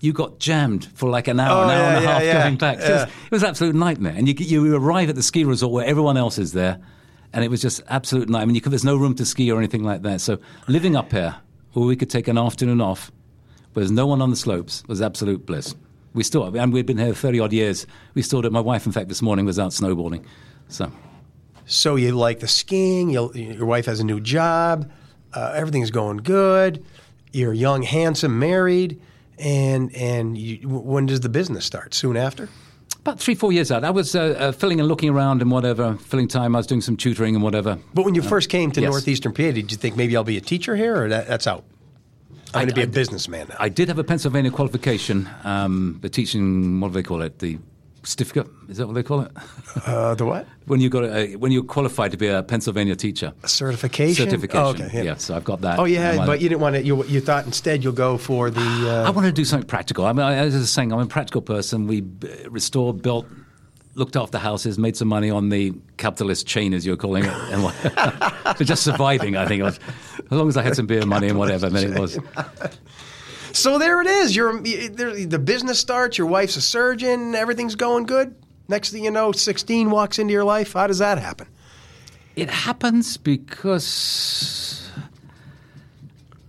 S3: you got jammed for like an
S2: Oh,
S3: hour, an hour
S2: yeah,
S3: and a
S2: yeah,
S3: half
S2: yeah.
S3: coming back. So it, was,
S2: Yeah.
S3: it was an absolute nightmare. And you, you arrive at the ski resort where everyone else is there, and it was just absolute nightmare. I mean, you could, there's no room to ski or anything like that. So living up here, where we could take an afternoon off, where there's no one on the slopes, was absolute bliss. We still, and we'd been here 30 odd years. We still did. My wife, in fact, this morning was out snowboarding. So
S2: So you like the skiing. You, your wife has a new job. Uh, everything's going good. You're young, handsome, married, and and you, when does the business start? Soon after.
S3: About three, four years out, I was uh, uh, filling and looking around and whatever, filling time. I was doing some tutoring and whatever.
S2: But when you first came to
S3: Uh, yes.
S2: Northeastern PA, did you think maybe I'll be a teacher here, or that, that's out? I'm going to be a businessman now.
S3: I did have a Pennsylvania qualification, um, the teaching, what do they call it? The certificate? Is that what they call it? [LAUGHS]
S2: uh, the what?
S3: when you got a, when you're qualified to be a Pennsylvania teacher.
S2: Certification.
S3: Certification.
S2: Oh, okay, yeah.
S3: yeah, so I've got that.
S2: Oh, you had,
S3: And my-
S2: but you didn't want to. You, you thought instead you'll go for the.
S3: I
S2: Uh,
S3: want to do something practical. I mean, I- as I was saying, I'm a practical person. We uh, restored, built, looked after houses, made some money on the capitalist chain, as you're calling it, and what- [LAUGHS] so just surviving. I think it was, as long as I had some beer money and whatever, then it was.
S2: so there it is. You're you- there, the business starts. Your wife's a surgeon. Everything's going good. Next thing you know, 16 walks into your life. How does that happen?
S3: It happens because.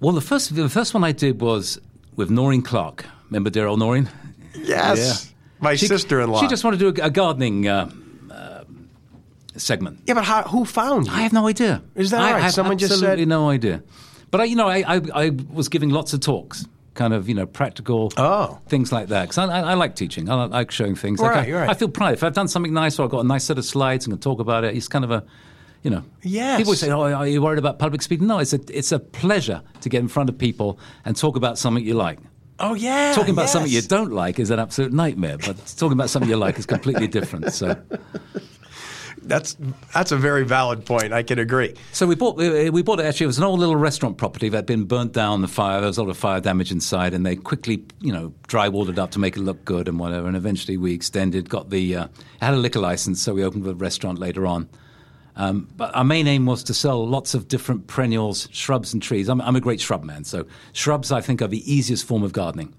S3: Well, the first the first one I did was with Noreen Clark. Remember dear old Noreen?
S2: Yes. My
S3: She-
S2: sister-in-law.
S3: She just wanted to do a, a gardening uh, uh, segment.
S2: yeah, but how, who found you?
S3: I have no idea.
S2: Is that
S3: I
S2: right?
S3: have
S2: Someone just
S3: absolutely
S2: said-
S3: no idea. But I, you know, I, I, I was giving lots of talks, kind of you know practical
S2: Oh.
S3: things like that. Because I, I, I like teaching. I like showing things.
S2: Right,
S3: like I,
S2: right.
S3: I feel proud if I've done something nice or I've got a nice set of slides and can talk about it. It's kind of a, you know.
S2: Yes.
S3: People say, "Oh, are you worried about public speaking?" No, it's a it's a pleasure to get in front of people and talk about something you like.
S2: oh yeah.
S3: Talking about something you
S2: yes.
S3: don't like is an absolute nightmare, but talking about something you like is completely different. So.
S2: That's that's a very valid point. I can agree.
S3: So we bought we we bought it actually. It was an old little restaurant property that had been burnt down. The fire there was a lot of fire damage inside, and they quickly you know drywalled it up to make it look good and whatever. And eventually we extended, got the uh, had a liquor license, so we opened the restaurant later on. Um, but our main aim was to sell lots of different perennials, shrubs, and trees. I'm, I'm a great shrub man, so shrubs I think are the easiest form of gardening.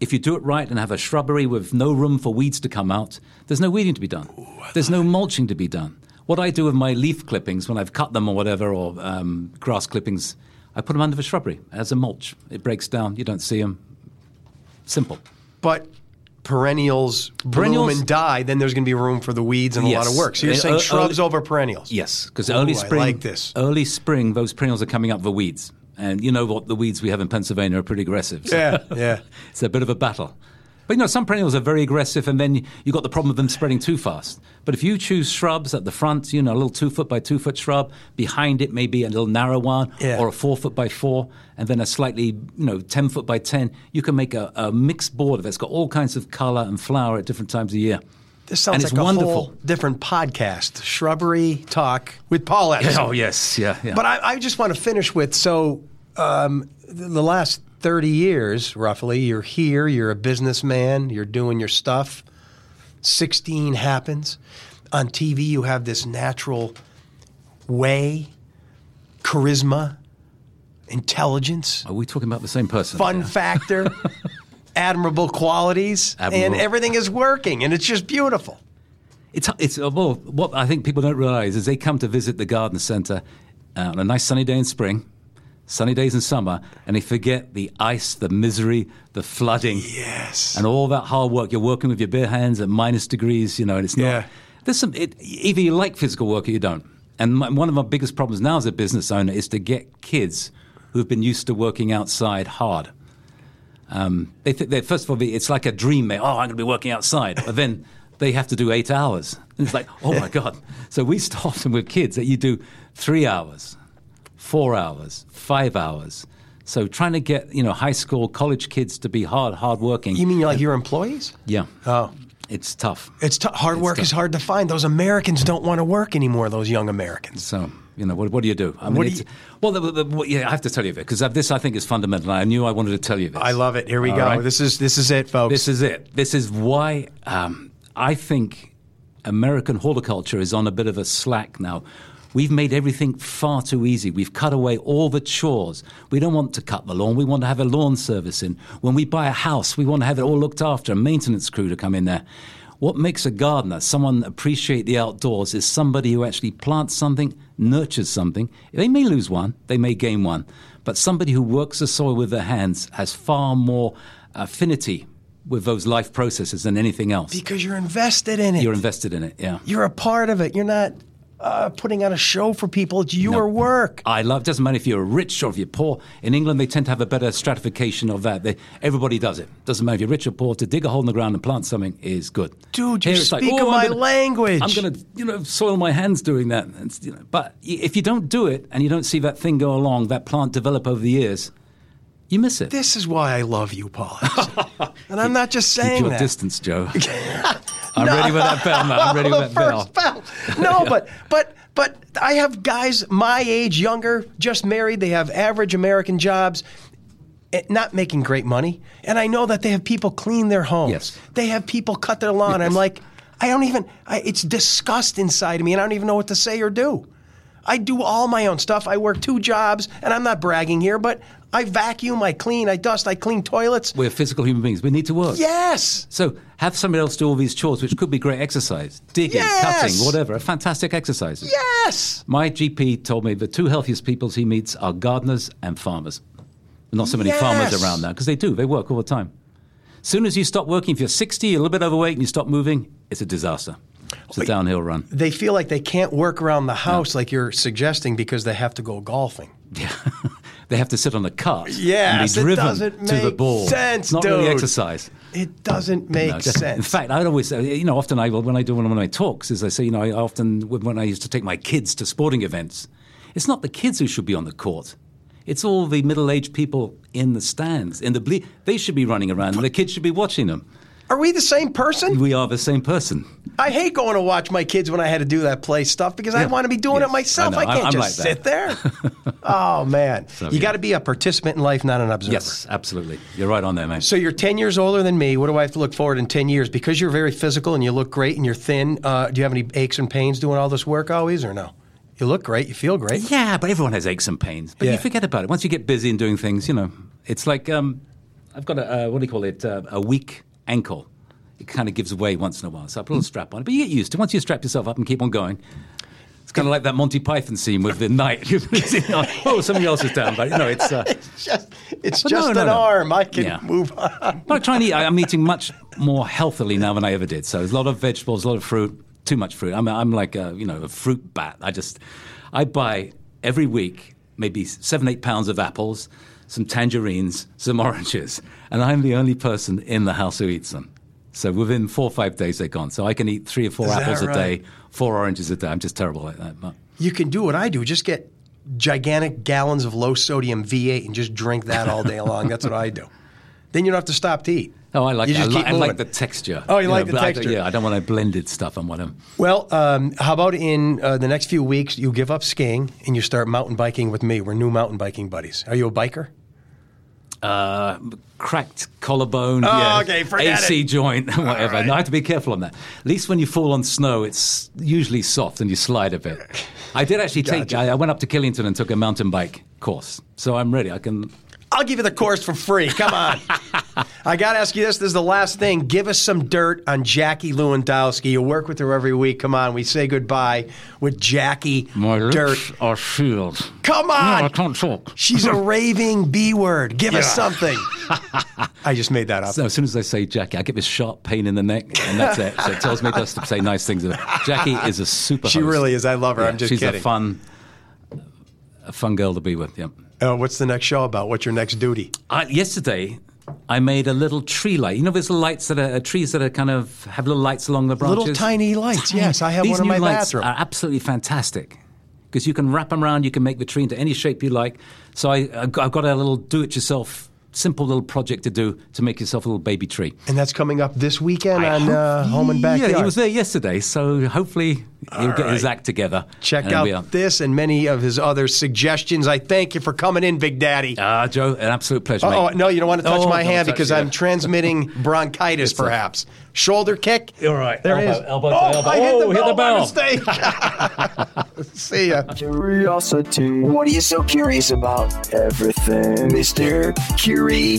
S3: If you do it right and have a shrubbery with no room for weeds to come out, there's no weeding to be done. There's no mulching to be done. What I do with my leaf clippings when I've cut them or whatever, or um, grass clippings, I put them under the shrubbery as a mulch. It breaks down, you don't see them. Simple.
S2: But perennials, perennials
S3: Perennials-
S2: bloom and die, then there's going to be room for the weeds and a lot
S3: Yes.
S2: of work. So you're
S3: Uh,
S2: saying
S3: uh,
S2: shrubs
S3: early-
S2: over perennials?
S3: Yes, because
S2: Ooh,
S3: early
S2: I
S3: spring,
S2: like this.
S3: early spring, those perennials are coming up for weeds, and you know what? The weeds we have in Pennsylvania are pretty aggressive. so
S2: Yeah, yeah.
S3: it's a bit of a battle. But you know, some perennials are very aggressive, and then you've got the problem of them spreading too fast. But if you choose shrubs at the front, you know, a little two foot by two foot shrub, behind it maybe a little narrow one,
S2: Yeah.
S3: or a four foot by four, and then a slightly, you know, 10 foot by 10, you can make a, a mixed board that's got all kinds of color and flower at different times of year.
S2: This sounds
S3: And
S2: like
S3: it's
S2: a
S3: wonderful.
S2: whole different podcast, shrubbery talk with Paul Epps.
S3: Oh, yes. Yeah. yeah.
S2: But I, I just want to finish with so um, th- the last 30 years, roughly, you're here, you're a businessman, you're doing your stuff. 16 happens. On TV, you have this natural way, charisma, intelligence,
S3: are we talking about the same person?
S2: fun
S3: Yeah.
S2: factor,
S3: [LAUGHS]
S2: admirable qualities,
S3: Admirable.
S2: and everything is working, and it's just beautiful.
S3: It's it's uh, well, what I think people don't realize is they come to visit the garden center uh, on a nice sunny day in spring, sunny days in summer, and they forget the ice, the misery, the flooding,
S2: Yes.
S3: and all that hard work. You're working with your bare hands at minus degrees, you know, and it's not.
S2: Yeah.
S3: There's some. It, either you like physical work or you don't. And my, one of my biggest problems now as a business owner is to get kids who've been used to working outside hard. Um, They, th- they first of all, it's like a dream. They, oh, I'm going to be working outside, but then they have to do eight hours. And it's like, oh my god! So we start them with kids that you do three hours, four hours, five hours. So trying to get you know high school college kids to be hard, hard working.
S2: You mean like your employees?
S3: yeah,
S2: Oh.
S3: it's tough.
S2: It's t- hard work
S3: tough.
S2: is hard to find. Those Americans don't want to work anymore. Those young Americans.
S3: So you know, what, what do you do? I mean,
S2: What do
S3: it's,
S2: you-
S3: well, the, the, the- yeah, I have to tell you this because uh, this I think is fundamental. I knew I wanted to tell you this.
S2: I love it. Here we
S3: All
S2: go.
S3: right.
S2: This is this is it, folks.
S3: This is it. This is why um, I think American horticulture is on a bit of a slack now. We've made everything far too easy. We've cut away all the chores. We don't want to cut the lawn. We want to have a lawn service in. When we buy a house, we want to have it all looked after, a maintenance crew to come in there. What makes a gardener, someone appreciate the outdoors, is somebody who actually plants something, nurtures something. They may lose one, they may gain one, but somebody who works the soil with their hands has far more affinity with those life processes than anything else.
S2: because you're invested in it. You're,
S3: You're invested in it, yeah.
S2: a part of it. You're not uh, putting on a show for people. It's your work.
S3: I love. Doesn't matter if you're rich or if you're poor. In England, they tend to have a better stratification of that. They, everybody does it. Doesn't matter if you're rich or poor. To dig a hole in the ground and plant something is good.
S2: Dude, you
S3: it's "Oh,
S2: speak
S3: I'm
S2: my
S3: gonna-
S2: language."
S3: I'm going to, you know, soil my hands doing that. And it's, you know, but y- if you don't do it and you don't see that thing go along, that plant develop over the years, you miss it.
S2: This is why I love you, [LAUGHS] Paul. Epstein. and I'm not just
S3: Keep
S2: saying
S3: your
S2: that.
S3: distance,
S2: [LAUGHS]
S3: Joe. I'm ready with that bell, man. I'm [LAUGHS] ready
S2: Oh, the
S3: with that bell.
S2: first bell.
S3: [LAUGHS]
S2: No, but but but I have guys my age, younger, just married. They have average American jobs, eh, not making great money, and I know that they have people clean their homes.
S3: Yes.
S2: They have people cut their lawn. I'm
S3: Yes.
S2: like, I don't even. I, it's disgust inside of me, and I don't even know what to say or do. I do all my own stuff. I work two jobs, and I'm not bragging here, but I vacuum, I clean, I dust, I clean toilets.
S3: We're physical human beings. We need to work.
S2: Yes.
S3: So have somebody else do all these chores, which could be great exercise, digging,
S2: Yes!
S3: cutting, whatever. Fantastic exercises.
S2: Yes.
S3: My GP told me the two healthiest peoples he meets are gardeners and farmers. There's not so many
S2: Yes!
S3: farmers around now because they do. They work all the time. Soon as you stop working, if you're 60, you're a little bit overweight, and you stop moving, it's a disaster. It's a downhill run. [LAUGHS]
S2: they feel like they can't work around the house like you're suggesting because they have to go golfing.
S3: Yeah. they have to sit on a cart
S2: Yes,
S3: and be
S2: it
S3: driven
S2: doesn't
S3: to the
S2: make
S3: ball.
S2: sense,
S3: not really
S2: dude.
S3: exercise.
S2: It doesn't make
S3: No, just-
S2: sense.
S3: In fact, I always, uh, you know, often I will- when I do one of my talks is I say, you know, I often when when I used to take my kids to sporting events, it's not the kids who should be on the court. It's all the middle-aged people in the stands, in the ble- they should be running around, and the kids should be watching them.
S2: are we the same person?
S3: We are the same person.
S2: I hate going to watch my kids when I had to do that play stuff because I
S3: Yeah.
S2: want to be doing
S3: Yes,
S2: it myself.
S3: I know.
S2: I, can't
S3: I'm
S2: just
S3: like
S2: sit there.
S3: [LAUGHS]
S2: oh man, you
S3: yeah.
S2: got to be a participant in life, not an observer.
S3: Yes, absolutely. You're right on there, man.
S2: So you're 10 years older than me. What do I have to look forward in 10 years? Because you're very physical and you look great and you're thin. Uh, do you have any aches and pains doing all this work always or no? You look great. You feel
S3: [LAUGHS]
S2: great.
S3: Yeah, but everyone has aches and pains. But
S2: Yeah.
S3: you forget about it once you get busy and doing things. You know, it's like um, I've got a uh, what do you call it? Uh, a weak ankle. It kind of gives away once in a while. So I put a little strap on, but you get used to. it. Once you strap yourself up and keep on going. It's kind of like that Monty Python scene with the knight. [LAUGHS] You know, oh, somebody else is down, but you know, it's. Uh,
S2: Just, it's
S3: But
S2: just
S3: no, no,
S2: an
S3: no.
S2: arm. I can
S3: Yeah.
S2: move on.
S3: but I try and eat. I- I'm eating much more healthily now than I ever did. So there's a lot of vegetables, a lot of fruit, too much fruit. I'm, I'm like a you know a fruit bat. I just I buy every week maybe seven eight pounds of apples, some tangerines, some oranges, and I'm the only person in the house who eats them. So within four or five days, they're gone. So I can eat three or four
S2: Is that
S3: apples a
S2: right?
S3: day, four oranges a day. I'm just terrible at that. But
S2: You can do what I do. Just get gigantic gallons of low sodium V8 and just drink that all day long. That's what I do. Then you don't have to stop to eat.
S3: Oh, I like.
S2: You
S3: I,
S2: just
S3: li-
S2: keep
S3: I like
S2: moving.
S3: the texture.
S2: Oh, you like the
S3: but I don't-
S2: texture.
S3: yeah, I don't want to blended stuff. I want them.
S2: Well, um, how about in uh, the next few weeks you give up skiing and you start mountain biking with me? We're new mountain biking buddies. Are you a biker?
S3: uh, cracked collarbone.
S2: Oh,
S3: yeah,
S2: okay, forget
S3: AC
S2: it.
S3: joint, [LAUGHS] whatever.
S2: right.
S3: No, I have to be careful on that. At least when you fall on snow, it's usually soft and you slide a bit. I did actually take.
S2: Gotcha.
S3: I, I went up to Killington and took a mountain bike course, so I'm ready. I can.
S2: I'll give you the course for free. Come
S3: [LAUGHS]
S2: on. I got to ask you this. This is the last thing. Give us some dirt on Jackie Lewandowski. You work with her every week. Come on. We say goodbye with Jackie Dirt.
S3: are sealed.
S2: Come on.
S3: can't talk.
S2: She's
S3: [LAUGHS]
S2: a raving B word. Give us something. I just made that up.
S3: So as soon as I say Jackie, I get this sharp pain in the neck, and that's it. So it tells me just to say nice things about her. Jackie is a super.
S2: She
S3: host.
S2: really is. I love her. I'm just
S3: she's
S2: kidding.
S3: a fun, a fun girl to be with. Yeah.
S2: Uh, what's the next show about? What's your next duty?
S3: I, yesterday, I made a little tree light. You know those lights that are uh, trees that are kind of have little lights along the branches.
S2: Little tiny lights. Yes, I have
S3: These
S2: one in
S3: new
S2: my
S3: lights
S2: bathroom.
S3: Are absolutely fantastic because you can wrap them around. You can make the tree into any shape you like. So I, I've got I've got a little do-it-yourself, simple little project to do to make yourself a little baby tree.
S2: and that's coming up this weekend
S3: I
S2: on
S3: hope-
S2: uh, Home and Backyard.
S3: Yeah, he was there yesterday, so hopefully he'll get his act together.
S2: Check
S3: and we are.
S2: out this and many of his other suggestions. I thank you for coming in, Big Daddy.
S3: Ah, Joe, an absolute pleasure.
S2: Oh
S3: mate.
S2: no, you don't want to touch
S3: Oh,
S2: my
S3: don't
S2: hand
S3: touch
S2: because
S3: it.
S2: I'm
S3: [LAUGHS]
S2: transmitting bronchitis,
S3: a-
S2: perhaps. Shoulder kick.
S3: All right,
S2: There it
S3: elbow,
S2: is.
S3: elbow to
S2: oh,
S3: elbow.
S2: I hit the
S3: Oh, hit
S2: bell
S3: the bell.
S2: by mistake. [LAUGHS] See
S3: [LAUGHS]
S2: ya.
S1: Curiosity. What are you so curious about? Everything, Mr. Curiosity.